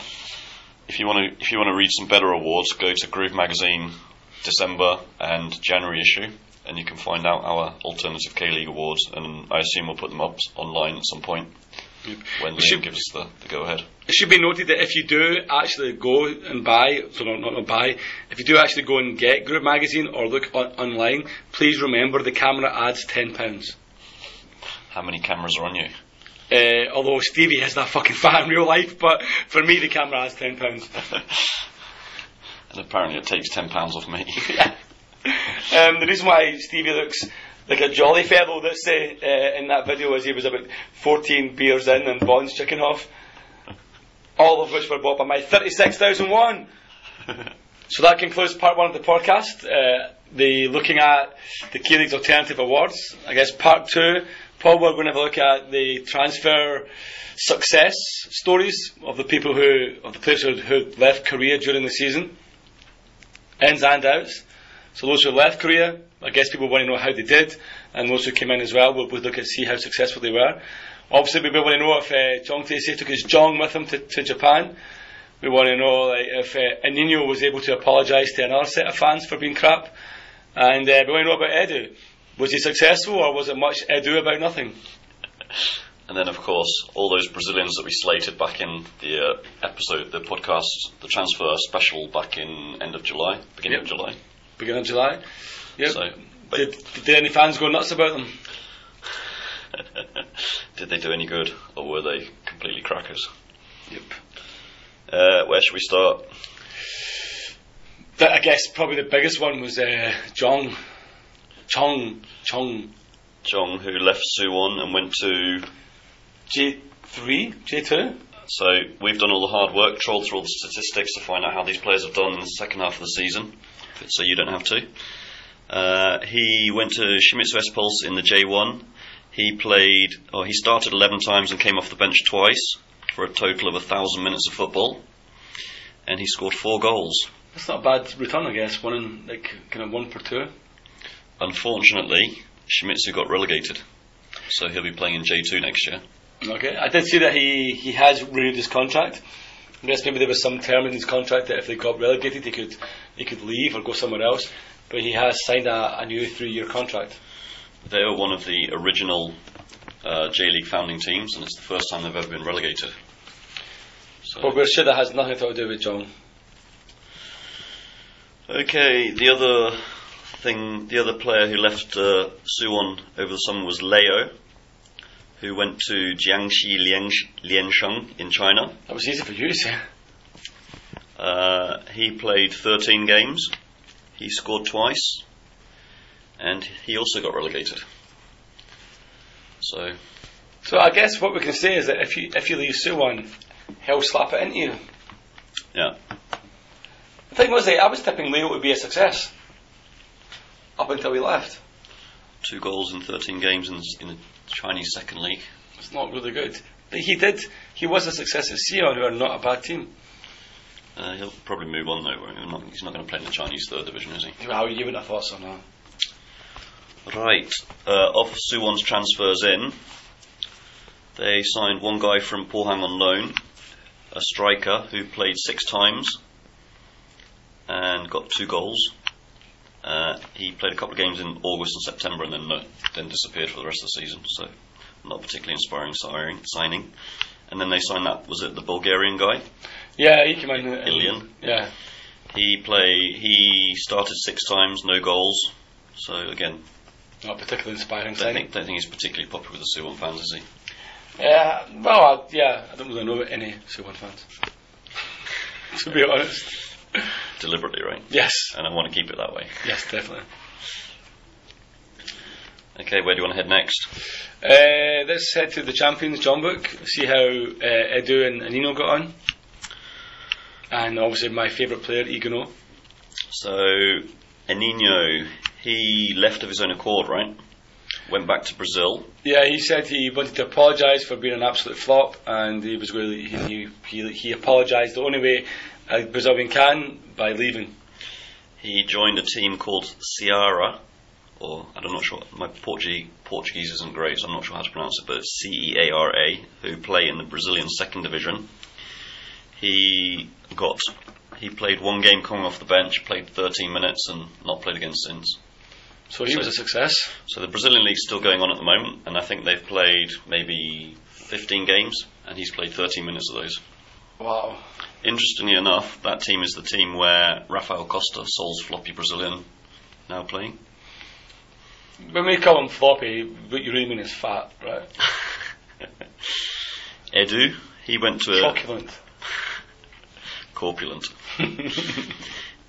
[SPEAKER 3] if you want to if you want to read some better awards, go to Groove Magazine December and January issue, and you can find out our alternative K League awards. And I assume we'll put them up online at some point when
[SPEAKER 2] We
[SPEAKER 3] they
[SPEAKER 2] should-
[SPEAKER 3] give us the, the go ahead.
[SPEAKER 2] It should be noted that if you do actually go and buy, so not, not, not buy, if you do actually go and get Group Magazine or look on, online, please remember the camera adds £10.
[SPEAKER 3] How many cameras are on you?
[SPEAKER 2] Uh, although Stevie has that fucking fat in real life, but for me the camera adds £10.
[SPEAKER 3] And apparently it takes ten pounds
[SPEAKER 2] <laughs>
[SPEAKER 3] off me. <laughs>
[SPEAKER 2] Um, the reason why Stevie looks like a jolly fellow, let's say, uh, in that video is he was about 14 beers in and Bond's chicken off, all of which were bought by my 36,001. so that concludes part one of the podcast, uh, the looking at the Key League's Alternative Awards. I guess part two, Paul, we're going to have a look at the transfer success stories of the people who, of the players who, who left Korea during the season, ins and outs. So those who left Korea, I guess people want to know how they did, and those who came in as well, we'll, we'll look at see how successful they were. Obviously, we want to know if uh, Jong Tae-se took his Jong with him to, to Japan. We want to know like, if uh, Nino was able to apologise to another set of fans for being crap. And uh, we want to know about Edu. Was he successful, or was it much Edu about nothing?
[SPEAKER 3] And then, of course, all those Brazilians that we slated back in the uh, episode, the podcast, the transfer special back in end of July, beginning of
[SPEAKER 2] Yep.
[SPEAKER 3] July.
[SPEAKER 2] Beginning of July. Yep.
[SPEAKER 3] So, but
[SPEAKER 2] did, did any fans go nuts about them?
[SPEAKER 3] Did they do any good, or were they completely crackers?
[SPEAKER 2] Yep.
[SPEAKER 3] Uh, where should we start?
[SPEAKER 2] But I guess probably the biggest one was uh, John, Chong, Chong,
[SPEAKER 3] Jong, who left Suwon and went to.
[SPEAKER 2] J three, J two.
[SPEAKER 3] So we've done all the hard work, trawled through all the statistics to find out how these players have done in the second half of the season, so you don't have to. Uh, he went to Shimizu S Pulse in the J1. He played, or he started 11 times and came off the bench twice for a total of 1,000 minutes of football. And he scored four goals.
[SPEAKER 2] That's not a bad return, I guess. One in like kind of one for two.
[SPEAKER 3] Unfortunately, Shimizu got relegated, so he'll be playing in J2 next year.
[SPEAKER 2] Okay, I did see that he he has renewed his contract. I guess maybe there was some term in his contract that if they got relegated, he could he could leave or go somewhere else. But he has signed a, a new three year contract.
[SPEAKER 3] They were one of the original uh, J League founding teams, and it's the first time they've ever been relegated. So.
[SPEAKER 2] But we're sure that has nothing to do with John.
[SPEAKER 3] Okay, the other thing, the other player who left uh, Suwon over the summer was Leo, who went to Jiangxi Liansh- Liansheng in China.
[SPEAKER 2] That was easy for you, sir.
[SPEAKER 3] Uh, he played 13 games, he scored twice, and he also got relegated. So,
[SPEAKER 2] So I guess what we can say is that if you if you leave Suwon, he'll slap it into you.
[SPEAKER 3] yeah,
[SPEAKER 2] The thing was, like, I was tipping Leo would be a success up until he left.
[SPEAKER 3] two goals in 13 games in, in the Chinese Second League.
[SPEAKER 2] It's not really good. But he did. He was a success at Sion, who are not a bad team.
[SPEAKER 3] Uh, he'll probably move on though. won't he? He's not, he's not going to play in the Chinese third division, is he?
[SPEAKER 2] Wow, you wouldn't have thought so, no.
[SPEAKER 3] Right. Uh, of Suwon's transfers in, they signed one guy from Pohang on loan, a striker who played six times and got two goals. Uh, he played a couple of games in August and September and then no, then disappeared for the rest of the season. So, not a particularly inspiring siring- signing. And then they signed that was it the Bulgarian guy?
[SPEAKER 2] Yeah, he came in. and-
[SPEAKER 3] Ilian.
[SPEAKER 2] Yeah.
[SPEAKER 3] He play he started six times, no goals. So again,
[SPEAKER 2] Not particularly inspiring
[SPEAKER 3] don't
[SPEAKER 2] signing.
[SPEAKER 3] think, don't think he's particularly popular with the Suwon fans, is he?
[SPEAKER 2] Yeah, well, I, yeah, I don't really know any Suwon fans. <laughs> to be honest.
[SPEAKER 3] deliberately, right?
[SPEAKER 2] Yes.
[SPEAKER 3] And I want to keep it that way.
[SPEAKER 2] Yes, definitely.
[SPEAKER 3] Okay, where do you want to head next?
[SPEAKER 2] Uh, let's head to the Champions John Book, see how uh, Edu and Nino got on. And obviously, my favourite player, Igano.
[SPEAKER 3] So, Enino, he left of his own accord, right? Went back to Brazil.
[SPEAKER 2] Yeah, he said he wanted to apologise for being an absolute flop, and he was really he he, he apologised the only way a Brazilian can by leaving.
[SPEAKER 3] He joined a team called Ceará, or I'm not sure. My Portuguese Portuguese isn't great, so I'm not sure how to pronounce it, but it's C E A R A, who play in the Brazilian second division. He got. He played one game coming off the bench, played 13 minutes, and not played again since.
[SPEAKER 2] So he
[SPEAKER 3] So-
[SPEAKER 2] was a success.
[SPEAKER 3] So the Brazilian league's still going on at the moment, and I think they've played maybe 15 games, and he's played 13 minutes of those.
[SPEAKER 2] Wow.
[SPEAKER 3] Interestingly enough, that team is the team where Rafael Costa, Sol's floppy Brazilian, now playing. <laughs>
[SPEAKER 2] When we call him floppy, what you really mean is fat, right?
[SPEAKER 3] Edu, he went to a
[SPEAKER 2] Truculent.
[SPEAKER 3] corpulent.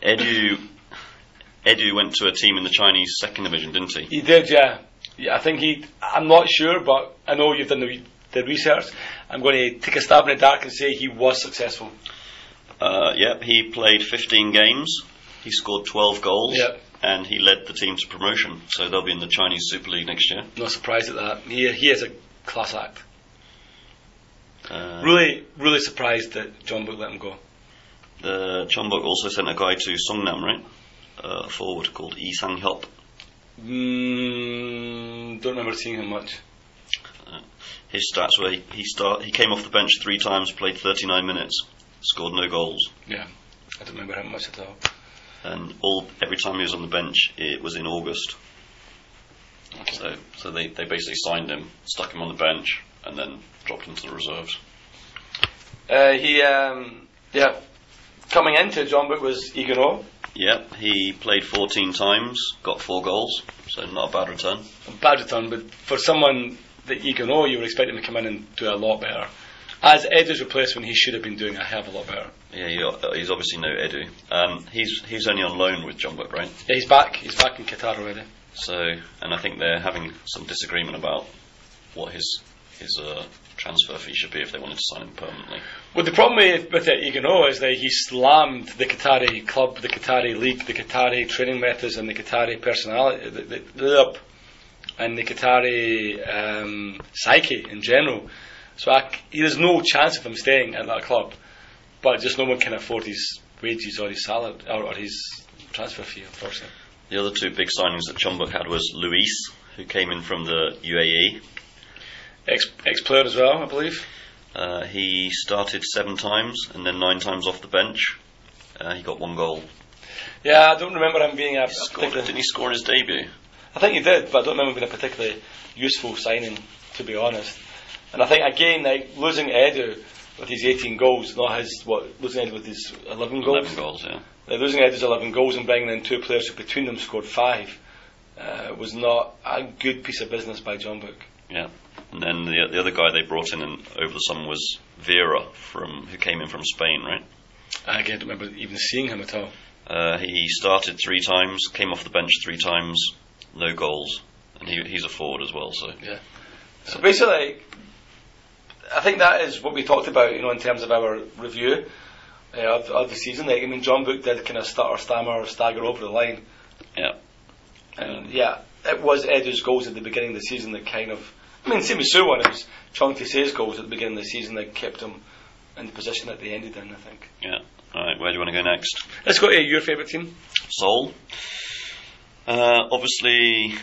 [SPEAKER 3] Edu, Edu went to a team in the Chinese second division, didn't he?
[SPEAKER 2] He did, yeah. yeah. I think he. I'm not sure, but I know you've done the, the research. I'm going to take a stab in the dark and say he was successful.
[SPEAKER 3] Uh, yep, he played 15 games. He scored 12 goals,
[SPEAKER 2] Yep.
[SPEAKER 3] and he led the team to promotion. So they'll be in the Chinese Super League next year.
[SPEAKER 2] Not surprised at that. He he is a class act.
[SPEAKER 3] Uh,
[SPEAKER 2] Really, really surprised that John Book let him go.
[SPEAKER 3] The Chonbuk also sent a guy to Songnam, right? Uh, a forward called Lee Sang Hyop.
[SPEAKER 2] Mm, don't remember seeing him much.
[SPEAKER 3] His stats were he, he start he came off the bench three times, played 39 minutes, scored no goals,
[SPEAKER 2] Yeah, I don't remember him much at all.
[SPEAKER 3] and all every time he was on the bench it was in August. So so they, they basically signed him, stuck him on the bench, and then dropped him to the reserves.
[SPEAKER 2] Uh, he, um, yeah, coming into John Book was Igano.
[SPEAKER 3] Yep, he played 14 times, got four goals, so not a bad return.
[SPEAKER 2] Bad return, but for someone that you can, oh, you were expecting him to come in and do a lot better. As Edu's replacement, he should have been doing a hell of a lot better.
[SPEAKER 3] Yeah, he, he's obviously no Edu. Um, he's he's only on loan with John Wick, right?
[SPEAKER 2] Yeah, he's back. He's back in Qatar already.
[SPEAKER 3] So, and I think they're having some disagreement about what his his uh, transfer fee should be if they wanted to sign him permanently.
[SPEAKER 2] Well, the problem with, with it, you can know, is that he slammed the Qatari club, the Qatari league, the Qatari training methods, and the Qatari personality, the, the, the, and the Qatari um, psyche in general. So I c there's no chance of him staying at that club. But just no one can afford his wages or his salary or, or his transfer fee, unfortunately.
[SPEAKER 3] The other two big signings that Chumbuk had was Luis, who came in from the E. UAE.
[SPEAKER 2] Ex, ex-player as well, I believe.
[SPEAKER 3] Uh, he started seven times and then nine times off the bench. Uh, he got one goal.
[SPEAKER 2] Yeah, I don't remember him being a
[SPEAKER 3] He scored,
[SPEAKER 2] particularly-
[SPEAKER 3] didn't he score in his debut?
[SPEAKER 2] I think he did, but I don't remember being a particularly useful signing, to be honest. And I think again, like losing Edu with his 18 goals, not his what losing Edu with his 11 goals.
[SPEAKER 3] Eleven goals, yeah.
[SPEAKER 2] Uh, losing Edu's 11 goals and bringing in two players who between them scored five uh, was not a good piece of business by John Book.
[SPEAKER 3] Yeah. And then the, the other guy they brought in and over the summer was Vera from who came in from Spain, right?
[SPEAKER 2] I again don't remember even seeing him at all.
[SPEAKER 3] Uh, he started three times, came off the bench three times, no goals, and he, he's a forward as well. So
[SPEAKER 2] So basically, I think that is what we talked about, you know, in terms of our review uh, of, of the season. Like, I mean, John Book did kind of stutter, stammer, stagger over the line.
[SPEAKER 3] yeah,
[SPEAKER 2] And yeah, it was Edu's goals at the beginning of the season that kind of. I mean, same as Sue one, it was Chunky Say's goals at the beginning of the season that kept him in the position that they ended in, I think.
[SPEAKER 3] yeah. All right, where do you want to go next?
[SPEAKER 2] Let's go to your favourite team.
[SPEAKER 3] Seoul. Uh, obviously,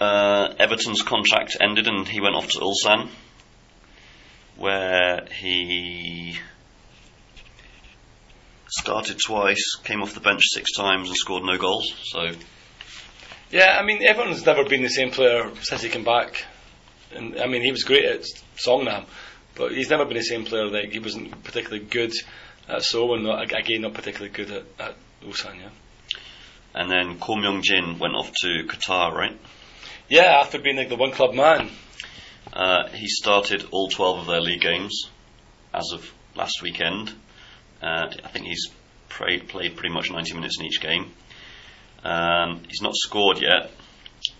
[SPEAKER 3] uh, Everton's contract ended and he went off to Ulsan, where he started twice, came off the bench six times, and scored no goals. So
[SPEAKER 2] Yeah, I mean, everyone's never been the same player since he came back. And I mean, he was great at Songnam, but he's never been the same player. Like he wasn't particularly good at Seoul, and not, again, not particularly good at, at Ulsan. Yeah.
[SPEAKER 3] And then Ko Myung Jin went off to Qatar, right?
[SPEAKER 2] Yeah, after being like the one club man.
[SPEAKER 3] Uh, he started all 12 of their league games as of last weekend. Uh, I think he's played, played pretty much 90 minutes in each game. Um, he's not scored yet,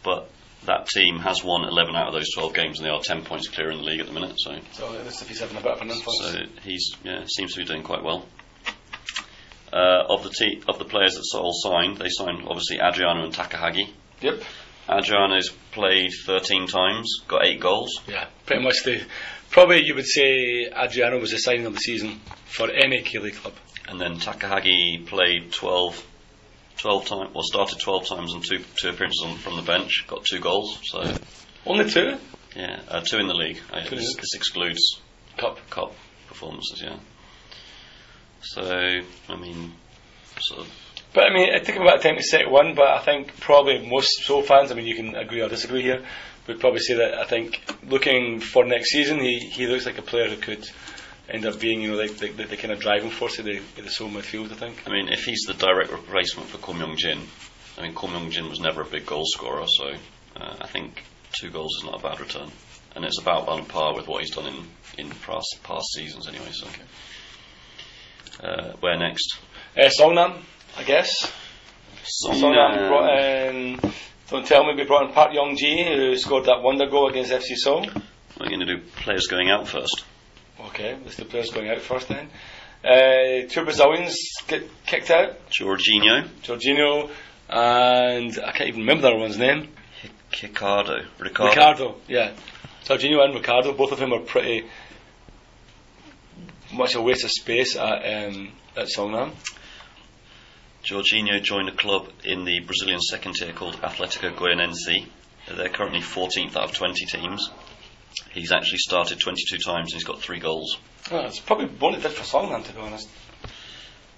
[SPEAKER 3] but that team has won 11 out of those 12 games, and they are 10 points clear in the league at the minute. So,
[SPEAKER 2] So this if he's having a bit of an influence.
[SPEAKER 3] so he's yeah, seems to be doing quite well. Uh, of the te- of the players that Seoul signed, they signed obviously Adriano and Takahagi.
[SPEAKER 2] Yep.
[SPEAKER 3] Adriano's played 13 times, got eight goals.
[SPEAKER 2] Yeah, pretty much the. Probably you would say Adriano was the signing of the season for any Keeley club.
[SPEAKER 3] and then Takahagi played 12, 12 times, well, started 12 times and two, two appearances on, from the bench, got two goals, so
[SPEAKER 2] Only two.
[SPEAKER 3] yeah, uh, two in the league. I,
[SPEAKER 2] Two in
[SPEAKER 3] this,
[SPEAKER 2] the-
[SPEAKER 3] this excludes cup cup performances, yeah. So I mean, sort of,
[SPEAKER 2] But I mean, it took him about time to set one, but I think probably most Soul fans, I mean, you can agree or disagree here, would probably say that I think looking for next season, he, he looks like a player who could end up being, you know, like the, the, the kind of driving force of the, of the Seoul midfield, I think.
[SPEAKER 3] I mean, if he's the direct replacement for Ko Myung Jin, I mean, Ko Myung Jin was never a big goal scorer, so uh, I think two goals is not a bad return, and it's about on par with what he's done in in past, past seasons anyway. So. Uh, where next?
[SPEAKER 2] Uh, Songnam, I guess. Songnam
[SPEAKER 3] Songnam.
[SPEAKER 2] brought in, don't tell me, we brought in Park Young Ji, who scored that wonder goal against FC Seoul.
[SPEAKER 3] We're going to do players going out first.
[SPEAKER 2] Okay, that's the players going out first then. Uh, two Brazilians get kicked out,
[SPEAKER 3] Jorginho,
[SPEAKER 2] Jorginho and I can't even remember the other one's name.
[SPEAKER 3] Ricardo, Ricardo.
[SPEAKER 2] Ricardo, yeah. Jorginho and Ricardo, both of them are pretty much a waste of space at, um, at Songnam.
[SPEAKER 3] Jorginho joined a club in the Brazilian second tier called Atletico Goianense. They're currently 14th out of 20 teams. He's actually started 22 times and he's got three goals.
[SPEAKER 2] Oh, it's probably one it did for Songnam, to be honest.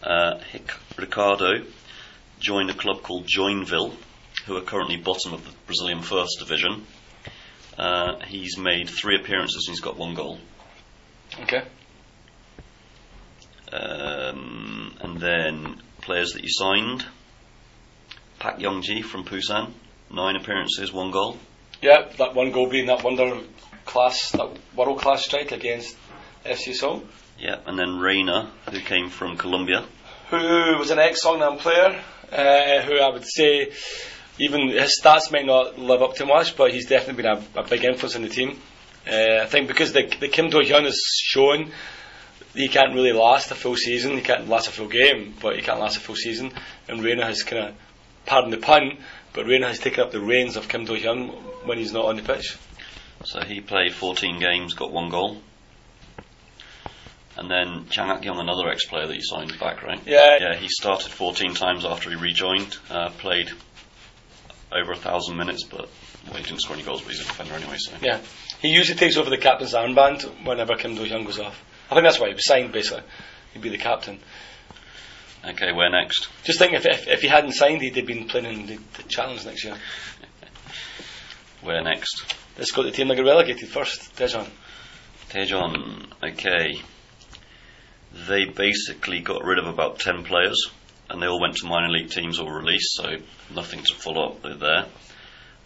[SPEAKER 3] Uh, Hic- Ricardo joined a club called Joinville, who are currently bottom of the Brazilian first division. Uh, he's made three appearances and he's got one goal.
[SPEAKER 2] Okay.
[SPEAKER 3] Um, and then players that you signed. Pak Yongji from Busan, nine appearances, one goal.
[SPEAKER 2] Yeah, that one goal being that wonder class, that world class strike against FC Seoul,
[SPEAKER 3] Yeah, and then Reina, who came from Colombia.
[SPEAKER 2] who was an ex Songnam player, uh, who I would say even his stats might not live up to much, but he's definitely been a, a big influence in the team. Uh, I think because the, the Kim Do Hyun has shown he can't really last a full season, he can't last a full game, but he can't last a full season, and Reina has kind of, pardon the pun, but Reina has taken up the reins of Kim Do Hyun when he's not on the pitch.
[SPEAKER 3] So he played 14 games, got one goal. And then Chang Ak Young, another ex player that you signed back, right?
[SPEAKER 2] Yeah.
[SPEAKER 3] Yeah, he started 14 times after he rejoined, uh, played over a thousand minutes, but well, he didn't score any goals, but he's a defender anyway, so.
[SPEAKER 2] Yeah, he usually takes over the captain's armband whenever Kim Do Hyun goes off. I think that's why he was signed basically. He'd be the captain.
[SPEAKER 3] Okay, where next?
[SPEAKER 2] Just think if if, if he hadn't signed, he'd have been playing in the, the challenge next year.
[SPEAKER 3] Where next?
[SPEAKER 2] Let's go to the team that got relegated first, Dejan.
[SPEAKER 3] Tejon, okay. They basically got rid of about 10 players, and they all went to minor league teams or released, so nothing to follow up with there.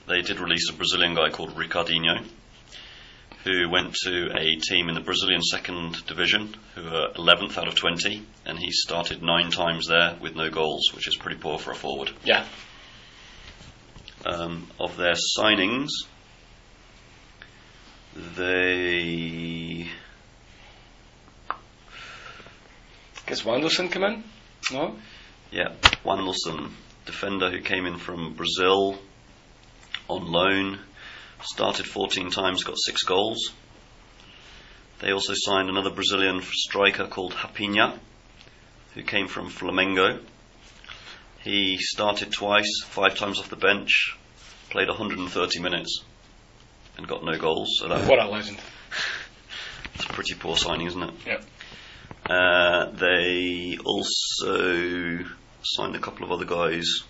[SPEAKER 3] They did release a Brazilian guy called Ricardinho, who went to a team in the Brazilian second division, who are 11th out of 20, and he started nine times there with no goals, which is pretty poor for a forward
[SPEAKER 2] Yeah.
[SPEAKER 3] um, of their signings, they
[SPEAKER 2] Gets Wanderson come in? No.
[SPEAKER 3] yeah Wandelson, defender who came in from Brazil on loan, started 14 times, got six goals. They also signed another Brazilian striker called Rapinha, who came from Flamengo. He started twice, five times off the bench, played 130 minutes, and got no goals. So that
[SPEAKER 2] What a legend.
[SPEAKER 3] It's a pretty poor signing, isn't it?
[SPEAKER 2] Yeah.
[SPEAKER 3] Uh, they also signed a couple of other guys.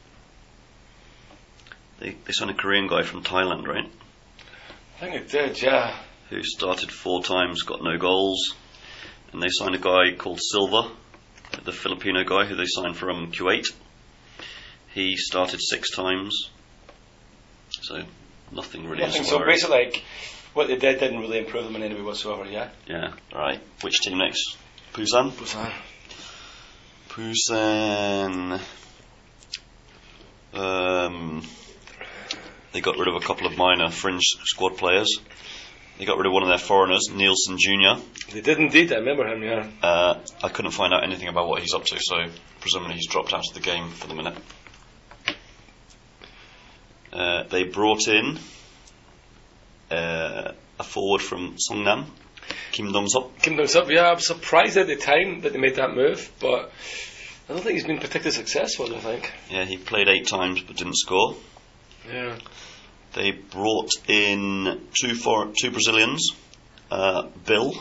[SPEAKER 3] They, they signed a Korean guy from Thailand, right?
[SPEAKER 2] I think it did. Yeah.
[SPEAKER 3] Who started four times, got no goals. And they signed a guy called Silva, the Filipino guy who they signed from Kuwait. He started six times. So, nothing really
[SPEAKER 2] Nothing. So
[SPEAKER 3] inspiring.
[SPEAKER 2] basically, like, what they did didn't really improve them in any way whatsoever. Yeah.
[SPEAKER 3] Yeah. Alright, which team next? Busan? Busan. Um, they got rid of a couple of minor fringe squad players. They got rid of one of their foreigners, Nielsen Jr.
[SPEAKER 2] They did indeed. I remember him. Yeah.
[SPEAKER 3] Uh, I couldn't find out anything about what he's up to, so presumably he's dropped out of the game for the minute. Uh, they brought in uh, a forward from Songnam, Kim Dong-sop.
[SPEAKER 2] Kim Dong Sup. Yeah, I was surprised at the time that they made that move, but I don't think he's been particularly successful. I don't think.
[SPEAKER 3] Yeah, he played eight times but didn't score.
[SPEAKER 2] Yeah.
[SPEAKER 3] They brought in two for, two Brazilians, uh, Bill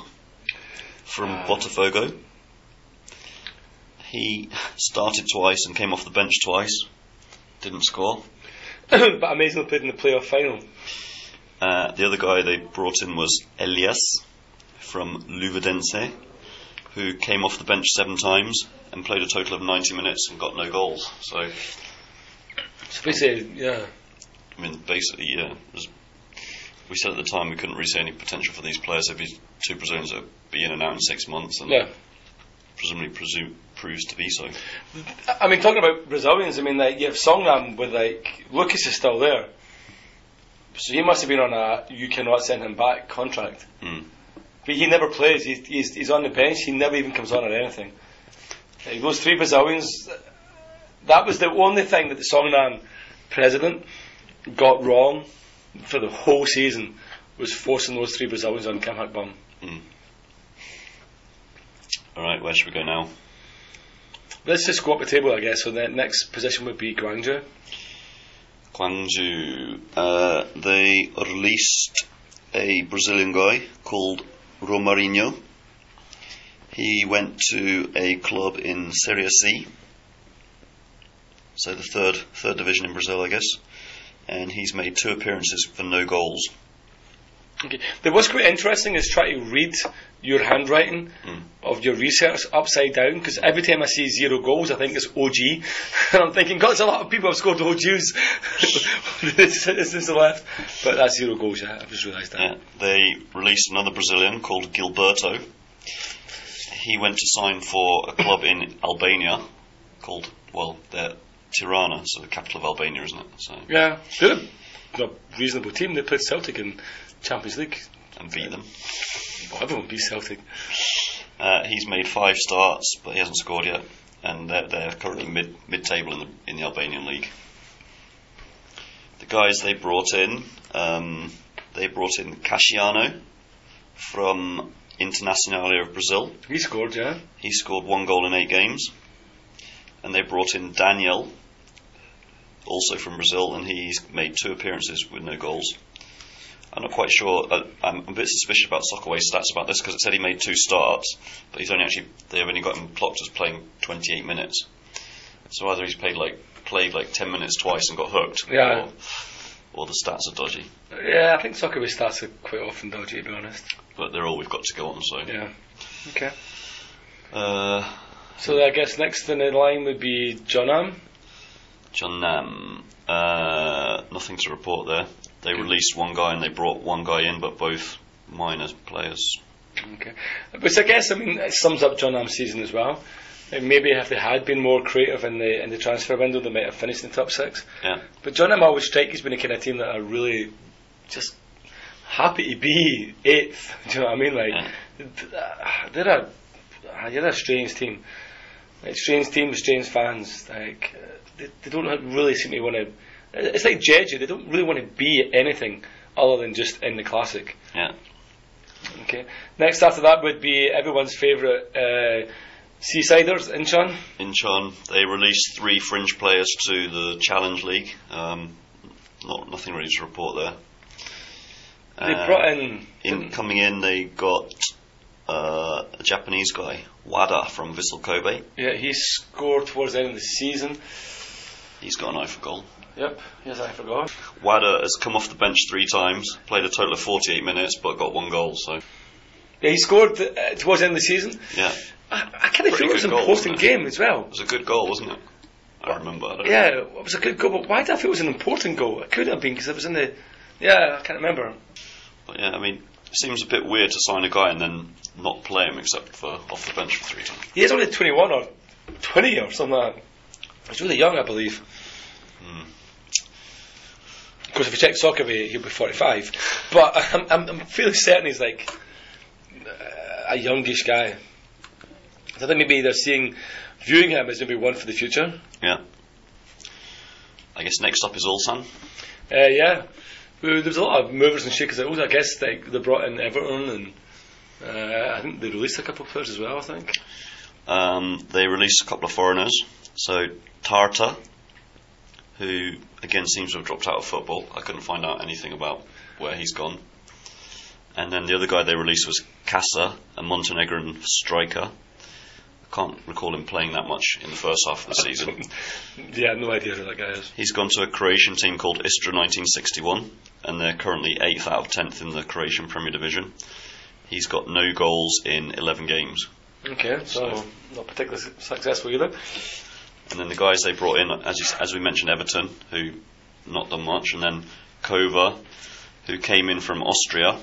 [SPEAKER 3] from Botafogo. He started twice and came off the bench twice, didn't score.
[SPEAKER 2] <coughs> but amazingly played in the playoff final.
[SPEAKER 3] Uh, the other guy they brought in was Elias from Luverdense, who came off the bench seven times and played a total of 90 minutes and got no goals. So, I
[SPEAKER 2] So basically, yeah.
[SPEAKER 3] mean, basically, yeah. it was- we said at the time we couldn't really see any potential for these players. There'd be two Brazilians that would be in and out in six months. And
[SPEAKER 2] Yeah.
[SPEAKER 3] presumably presume, proves to be so.
[SPEAKER 2] I mean, talking about Brazilians, I mean, like you have Songnam with like Lucas is still there, so he must have been on a you cannot send him back contract.
[SPEAKER 3] Mm.
[SPEAKER 2] But he never plays. He's, he's he's on the bench. He never even comes on or anything. Like, those three Brazilians, that was the only thing that the Songnam president got wrong for the whole season was forcing those three Brazilians on Kim Hak Bum.
[SPEAKER 3] All right, where should we go now?
[SPEAKER 2] Let's just go up the table, I guess. So the next position would be Guangzhou.
[SPEAKER 3] Guangzhou. Uh, they released a Brazilian guy called Romarinho. He went to a club in Serie C, so the third third division in Brazil, I guess. And he's made two appearances for no goals.
[SPEAKER 2] Okay. But what's quite interesting is try to read your handwriting of your research upside down because every time I see zero goals, I think it's OG, and <laughs> I'm thinking, God, there's a lot of people have scored OGs. <laughs> this, this is the left, but that's zero goals. Yeah, I've just realised that.
[SPEAKER 3] Yeah, Uh, they released another Brazilian called Gilberto. He went to sign for a club in Albania called, well, they're Tirana, so the capital of Albania, isn't it? So
[SPEAKER 2] Yeah, they're a- they're a reasonable team. They played Celtic in Champions League.
[SPEAKER 3] and beat them.
[SPEAKER 2] Well, everyone beats Celtic.
[SPEAKER 3] Uh, he's made five starts, but he hasn't scored yet, and they're, they're currently mid mid table in the in the Albanian league. The guys they brought in, um, they brought in Casciano from Internazionale of Brazil.
[SPEAKER 2] He scored, yeah.
[SPEAKER 3] He scored one goal in eight games. And they brought in Daniel, also from Brazil, and he's made two appearances with no goals. I'm not quite sure. I, I'm a bit suspicious about Sokoway's stats about this because it said he made two starts, but he's only actually they've only got him clocked as playing 28 minutes. So either he's played like played like 10 minutes twice and got hooked,
[SPEAKER 2] Yeah.
[SPEAKER 3] or, or the stats are dodgy.
[SPEAKER 2] Yeah, I think soccer we starts are quite often dodgy, to be honest.
[SPEAKER 3] But they're all we've got to go on. So
[SPEAKER 2] Yeah. Okay.
[SPEAKER 3] uh,
[SPEAKER 2] So I guess next in the line would be John Am.
[SPEAKER 3] John Nam, uh, nothing to report there. They released one guy and they brought one guy in, but both minor players.
[SPEAKER 2] Okay. Which I guess I mean it sums up John Am's season as well. And maybe if they had been more creative in the in the transfer window, they might have finished in the top six.
[SPEAKER 3] Yeah,
[SPEAKER 2] But John Am always strike has been the kind of team that are really just happy to be eighth. <laughs> Do you know what I mean? Like th- uh, they're a ah, they're a strange team. Like, strange team, strange fans. Like uh, they, they don't really seem to want to. It's like Jeju. They don't really want to be anything other than just in the classic.
[SPEAKER 3] yeah.
[SPEAKER 2] Okay. Next after that would be everyone's favourite uh, Seasiders, Incheon.
[SPEAKER 3] Incheon, they released three fringe players to the Challenge League. Um, not nothing really to report there.
[SPEAKER 2] They
[SPEAKER 3] Uh,
[SPEAKER 2] brought in.
[SPEAKER 3] in coming in, they got uh, a Japanese guy, Wada from Vissel Kobe.
[SPEAKER 2] Yeah, he scored towards the end of the season.
[SPEAKER 3] He's got an eye for goal.
[SPEAKER 2] Yep. Yes, I forgot.
[SPEAKER 3] Wada has come off the bench three times, played a total of 48 minutes, but got one goal. So
[SPEAKER 2] Yeah, he scored uh, towards the end of the season.
[SPEAKER 3] yeah.
[SPEAKER 2] I, I kind of
[SPEAKER 3] Pretty
[SPEAKER 2] feel it was an
[SPEAKER 3] good goal,
[SPEAKER 2] important
[SPEAKER 3] wasn't it?
[SPEAKER 2] game as well.
[SPEAKER 3] It was a good goal, wasn't it? I remember. I don't
[SPEAKER 2] Yeah, it was a good goal, but why did I feel it was an important goal? It could have been because it was in the. Yeah, I can't remember.
[SPEAKER 3] But yeah, I mean, it seems a bit weird to sign a guy and then not play him except for off the bench for three times.
[SPEAKER 2] He is only 21 or 20 or something like that. He's really young, I believe. Of course, if you check soccer, he- he'll be 45. But <laughs> I'm, I'm, I'm fairly certain he's like uh, a youngish guy. So I think maybe they're seeing, viewing him as maybe one for the future.
[SPEAKER 3] Yeah. I guess next up is Ulsan.
[SPEAKER 2] Uh, yeah, Well, there was a lot of movers and shakers. at Oldham. I guess they, they brought in Everton and uh, I think they released a couple of players as well. I think.
[SPEAKER 3] Um, they released a couple of foreigners. So Tarta, who again seems to have dropped out of football. I couldn't find out anything about where he's gone. And then the other guy they released was Casa, a Montenegrin striker. I can't recall him playing that much in the first half of the season.
[SPEAKER 2] Yeah, I have no idea who that guy is.
[SPEAKER 3] He's gone to a Croatian team called Istra 1961, and they're currently 8th out of 10th in the Croatian Premier Division. He's got no goals in 11 games.
[SPEAKER 2] Okay, so,
[SPEAKER 3] So-
[SPEAKER 2] not particularly su- successful either.
[SPEAKER 3] And then the guys they brought in, as, you, as we mentioned, Everton, who not done much, and then Kova, who came in from Austria,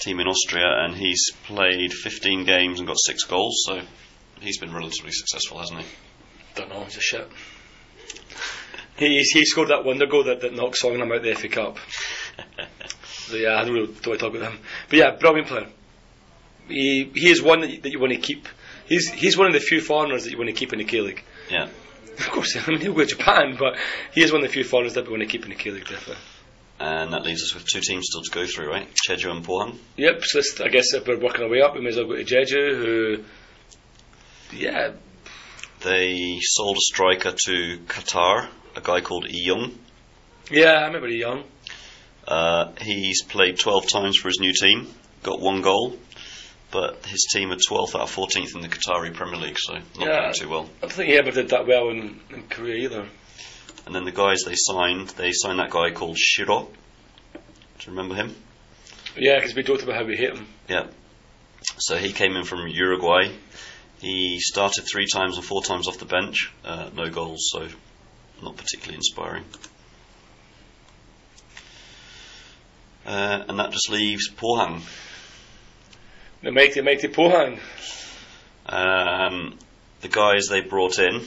[SPEAKER 3] team in Austria, and he's played 15 games and got six goals, so he's been relatively successful, hasn't he?
[SPEAKER 2] Don't know. He's a shit. He he scored that wonder goal that, that knocked Songham out the FA <laughs> Cup. so yeah, I don't really don't want to talk about him. But yeah, brilliant player. He he is one that you, that you want to keep. He's he's one of the few foreigners that you want to keep in the K League.
[SPEAKER 3] Yeah.
[SPEAKER 2] <laughs> Of course, I mean he'll go to Japan, but he is one of the few foreigners that we want to keep in the K League, definitely.
[SPEAKER 3] And that leaves us with two teams still to go through, right? Cheju and Pohang.
[SPEAKER 2] Yep, so this, I guess if we're working our way up, we may as well go to Jeju, who, yeah,
[SPEAKER 3] They sold a striker to Qatar, a guy called Young.
[SPEAKER 2] yeah, I remember he young.
[SPEAKER 3] Uh, he's played 12 times for his new team, got one goal, but his team are 12th out of 14th in the Qatari Premier League, so not
[SPEAKER 2] Yeah.
[SPEAKER 3] playing too well.
[SPEAKER 2] I don't think he ever did that well in, in Korea either.
[SPEAKER 3] And then the guys they signed, they signed that guy called Shiro. Do you remember him?
[SPEAKER 2] Yeah, because we joked about how we hate him.
[SPEAKER 3] Yeah. So he came in from Uruguay. He started three times and four times off the bench. Uh, no goals, so not particularly inspiring. Uh, and that just leaves Pohang.
[SPEAKER 2] The mighty, mighty Pohan.
[SPEAKER 3] Um, the guys they brought in,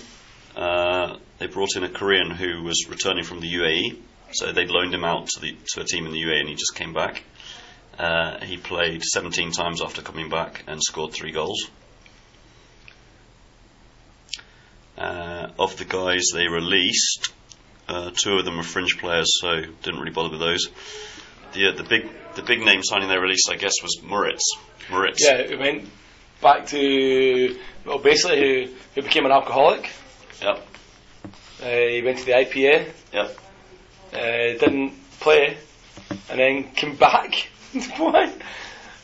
[SPEAKER 3] uh, they brought in a Korean who was returning from the UAE. So they'd loaned him out to, the, to a team in the UAE and he just came back. Uh, he played 17 times after coming back and scored three goals. Uh, of the guys they released, uh, two of them were fringe players, so didn't really bother with those. The, uh, the big the big name signing they released, I guess, was Moritz. Moritz.
[SPEAKER 2] Yeah, it went back to, well, basically, who, who became an alcoholic.
[SPEAKER 3] Yep.
[SPEAKER 2] Uh, he went to the IPA,
[SPEAKER 3] Yep.
[SPEAKER 2] uh, didn't play, and then came back <laughs> to Pohan.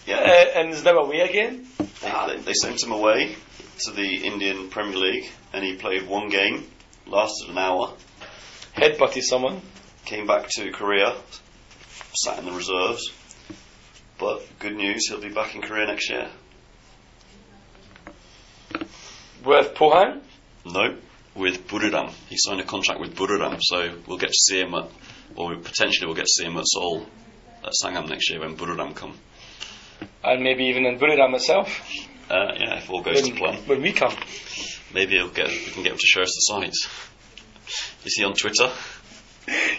[SPEAKER 3] Yeah.
[SPEAKER 2] Uh, and is now away again.
[SPEAKER 3] Ah, They, they sent him away to the Indian Premier League, and he played one game, lasted an hour,
[SPEAKER 2] Headbutted someone.
[SPEAKER 3] came back to Korea, sat in the reserves. But good news, he'll be back in Korea next year.
[SPEAKER 2] With Pohan?
[SPEAKER 3] No, with Buriram. He signed a contract with Buriram, so we'll get to see him at, or we potentially we'll get to see him at Seoul, at Sangam next year when Buriram come.
[SPEAKER 2] And maybe even in Buriram itself.
[SPEAKER 3] Uh, yeah, if all goes to
[SPEAKER 2] When,
[SPEAKER 3] plan,
[SPEAKER 2] when we come.
[SPEAKER 3] maybe he'll get, we can get him to show us the sights. Is he on Twitter?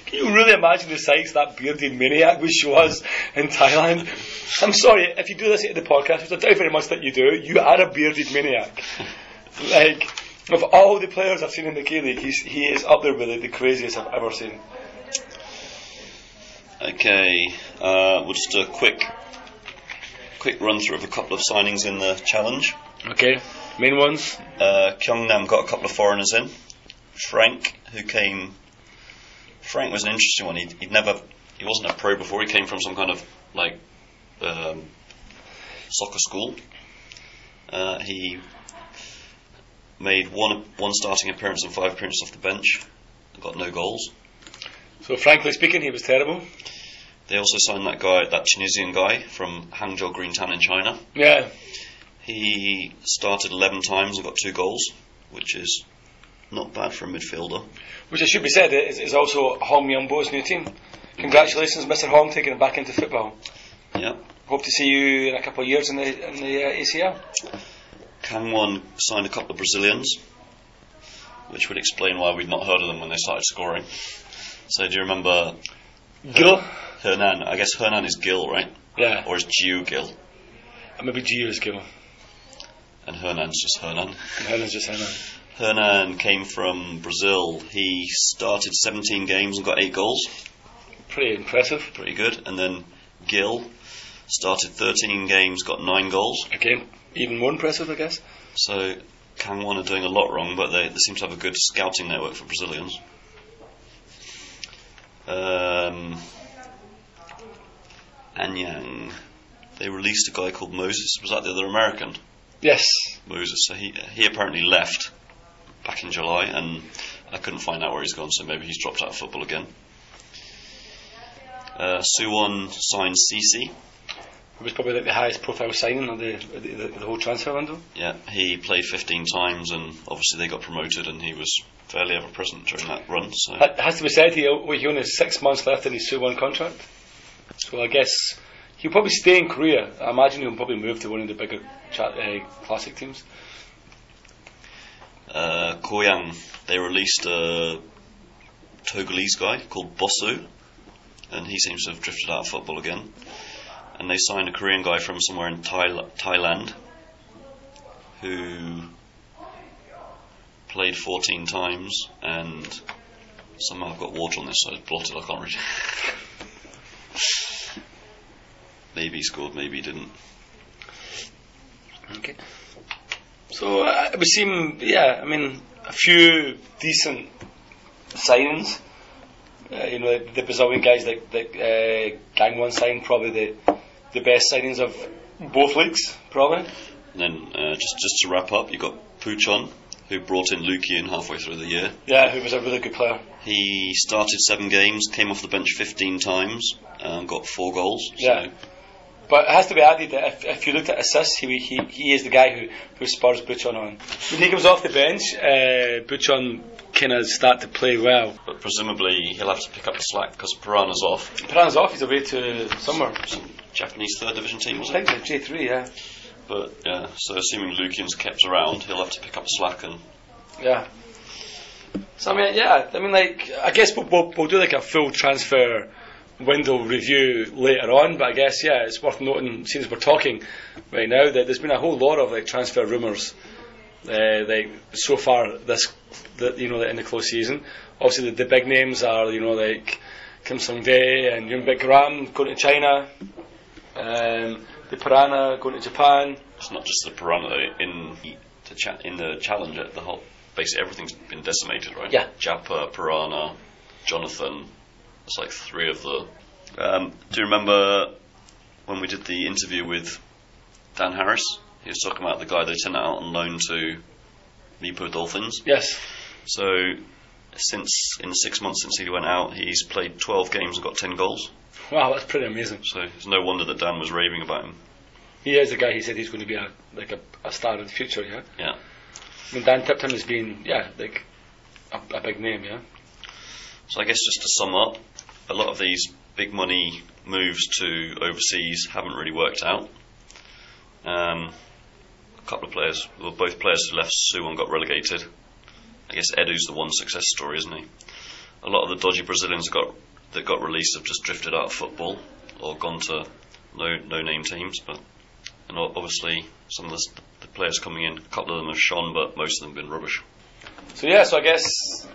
[SPEAKER 2] Can you really imagine the sights that bearded maniac would show us in Thailand? I'm sorry, if you do listen to the podcast, which I doubt very much that you do, you are a bearded maniac. Like, of all the players I've seen in the K League, he's, he is up there with the craziest I've ever seen.
[SPEAKER 3] Okay, uh, we'll just do a quick, quick run through of a couple of signings in the challenge.
[SPEAKER 2] Okay, main ones.
[SPEAKER 3] Uh, Kyungnam got a couple of foreigners in. Frank, who came, Frank was an interesting one. He'd, he'd never, he wasn't a pro before. He came from some kind of like um, soccer school. Uh, he made one one starting appearance and five appearances off the bench. Got no goals.
[SPEAKER 2] So, frankly speaking, he was terrible.
[SPEAKER 3] They also signed that guy, that Tunisian guy from Hangzhou Green Town in China.
[SPEAKER 2] Yeah,
[SPEAKER 3] He started 11 times and got two goals, which is not bad for a midfielder.
[SPEAKER 2] which I should be said is, is also Hong Myungbo's new team. Congratulations, Mr. Hong, taking it back into football.
[SPEAKER 3] Yeah.
[SPEAKER 2] Hope to see you in a couple of years in the, in the uh, ACL.
[SPEAKER 3] Kangwon signed a couple of Brazilians, which would explain why we'd not heard of them when they started scoring. So do you remember
[SPEAKER 2] Gil?
[SPEAKER 3] Hernan? I guess Hernan is Gil, right?
[SPEAKER 2] Yeah,
[SPEAKER 3] Or is Giu Gil?
[SPEAKER 2] and maybe Gio is Gil.
[SPEAKER 3] And Hernan's just Hernan.
[SPEAKER 2] Helen's just Helen.
[SPEAKER 3] Hernan came from Brazil. He started 17 games and got 8 goals.
[SPEAKER 2] Pretty impressive.
[SPEAKER 3] Pretty good. And then Gil started 13 games, got 9 goals.
[SPEAKER 2] Again, even more impressive, I guess.
[SPEAKER 3] So Kangwon are doing a lot wrong, but they, they seem to have a good scouting network for Brazilians. Um, Anyang, they released a guy called Moses. Was that the other American?
[SPEAKER 2] Yes.
[SPEAKER 3] Moses. So he he apparently left back in July, and I couldn't find out where he's gone. So maybe he's dropped out of football again. Uh, Suwon signed Cece.
[SPEAKER 2] It was probably like the highest profile signing of the, of the, the, the whole transfer window.
[SPEAKER 3] Yeah, he played 15 times, and obviously they got promoted, and he was fairly ever present during that run. So
[SPEAKER 2] It has to be said, he, oh, he only has six months left in his 2 1 contract. So I guess he'll probably stay in Korea. I imagine he'll probably move to one of the bigger cha- uh, classic teams.
[SPEAKER 3] uh, Koyang, they released a Togolese guy called Bosu, and he seems to have drifted out of football again. And they signed a Korean guy from somewhere in Thail- Thailand, who played 14 times, and somehow I've got water on this, so it's blotted. I can't read. <laughs> maybe he scored, maybe he didn't.
[SPEAKER 2] Okay. So uh, it would seem, yeah, I mean, a few decent signings. Uh, you know, the, the Brazilian guys like, like uh, Gangwon signed probably the the best signings of both leagues, probably.
[SPEAKER 3] And then uh, just just to wrap up, you got Puchon, who brought in Lukian halfway through the year.
[SPEAKER 2] Yeah, who was a really good player.
[SPEAKER 3] He started seven games, came off the bench 15 times, um, got four goals.
[SPEAKER 2] Yeah.
[SPEAKER 3] So
[SPEAKER 2] But it has to be added that if, if you looked at assists, he, he, he is the guy who, who spurs Butchon on. When he comes off the bench, uh, Butchon kind of start to play well.
[SPEAKER 3] But presumably he'll have to pick up the slack because Piranha's off.
[SPEAKER 2] Piranha's off, he's away to somewhere.
[SPEAKER 3] Some Japanese third division team,
[SPEAKER 2] I
[SPEAKER 3] wasn't
[SPEAKER 2] think
[SPEAKER 3] it?
[SPEAKER 2] it's J3, yeah.
[SPEAKER 3] But yeah, so assuming Lukian's kept around, he'll have to pick up the slack and
[SPEAKER 2] Yeah. So I mean, yeah. I mean, like, I guess we'll, we'll, we'll do like a full transfer window review later on. But I guess yeah, it's worth noting since we're talking right now that there's been a whole lot of like transfer rumours, uh, like so far this, that you know, that in the close season. Obviously, the, the big names are you know like Kim Sung Dae and Yunbek Ram going to China, um, the Piranha going to Japan.
[SPEAKER 3] It's not just the piranha though. In the cha- in the challenge, uh, the whole basically everything's been decimated, right?
[SPEAKER 2] Yeah.
[SPEAKER 3] Japa, piranha, Jonathan. It's like three of the. Um, do you remember when we did the interview with Dan Harris? He was talking about the guy they sent out on loan to Lipo Dolphins.
[SPEAKER 2] Yes.
[SPEAKER 3] So since in the six months since he went out, he's played 12 games and got 10 goals.
[SPEAKER 2] Wow, that's pretty amazing.
[SPEAKER 3] So it's no wonder that Dan was raving about him.
[SPEAKER 2] He is the guy. He said he's going to be a like a, a star in the future. Yeah.
[SPEAKER 3] Yeah.
[SPEAKER 2] I mean, Dan Tipton has been yeah like a, a big name. Yeah.
[SPEAKER 3] So I guess just to sum up, a lot of these big money moves to overseas haven't really worked out. Um, a couple of players, well, both players who left Suwon got relegated. I guess Edu's the one success story, isn't he? A lot of the dodgy Brazilians got that got released have just drifted out of football or gone to no no name teams. But and o- obviously some of the, s- the players coming in, a couple of them have shone, but most of them have been rubbish.
[SPEAKER 2] So yeah. So I guess uh,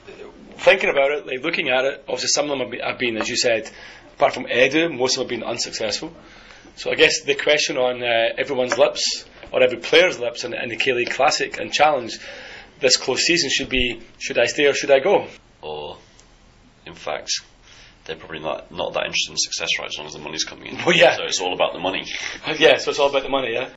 [SPEAKER 2] thinking about it, like looking at it, obviously some of them have been, have been as you said, apart from Edu, most of them have been unsuccessful. So I guess the question on uh, everyone's lips or every player's lips in, in the K League Classic and Challenge this close season should be: should I stay or should I go?
[SPEAKER 3] or in fact, they're probably not, not that interested in success, right? As long as the money's coming in.
[SPEAKER 2] Well, yeah.
[SPEAKER 3] So it's all about the money.
[SPEAKER 2] Yeah. So it's all about the money. Yeah.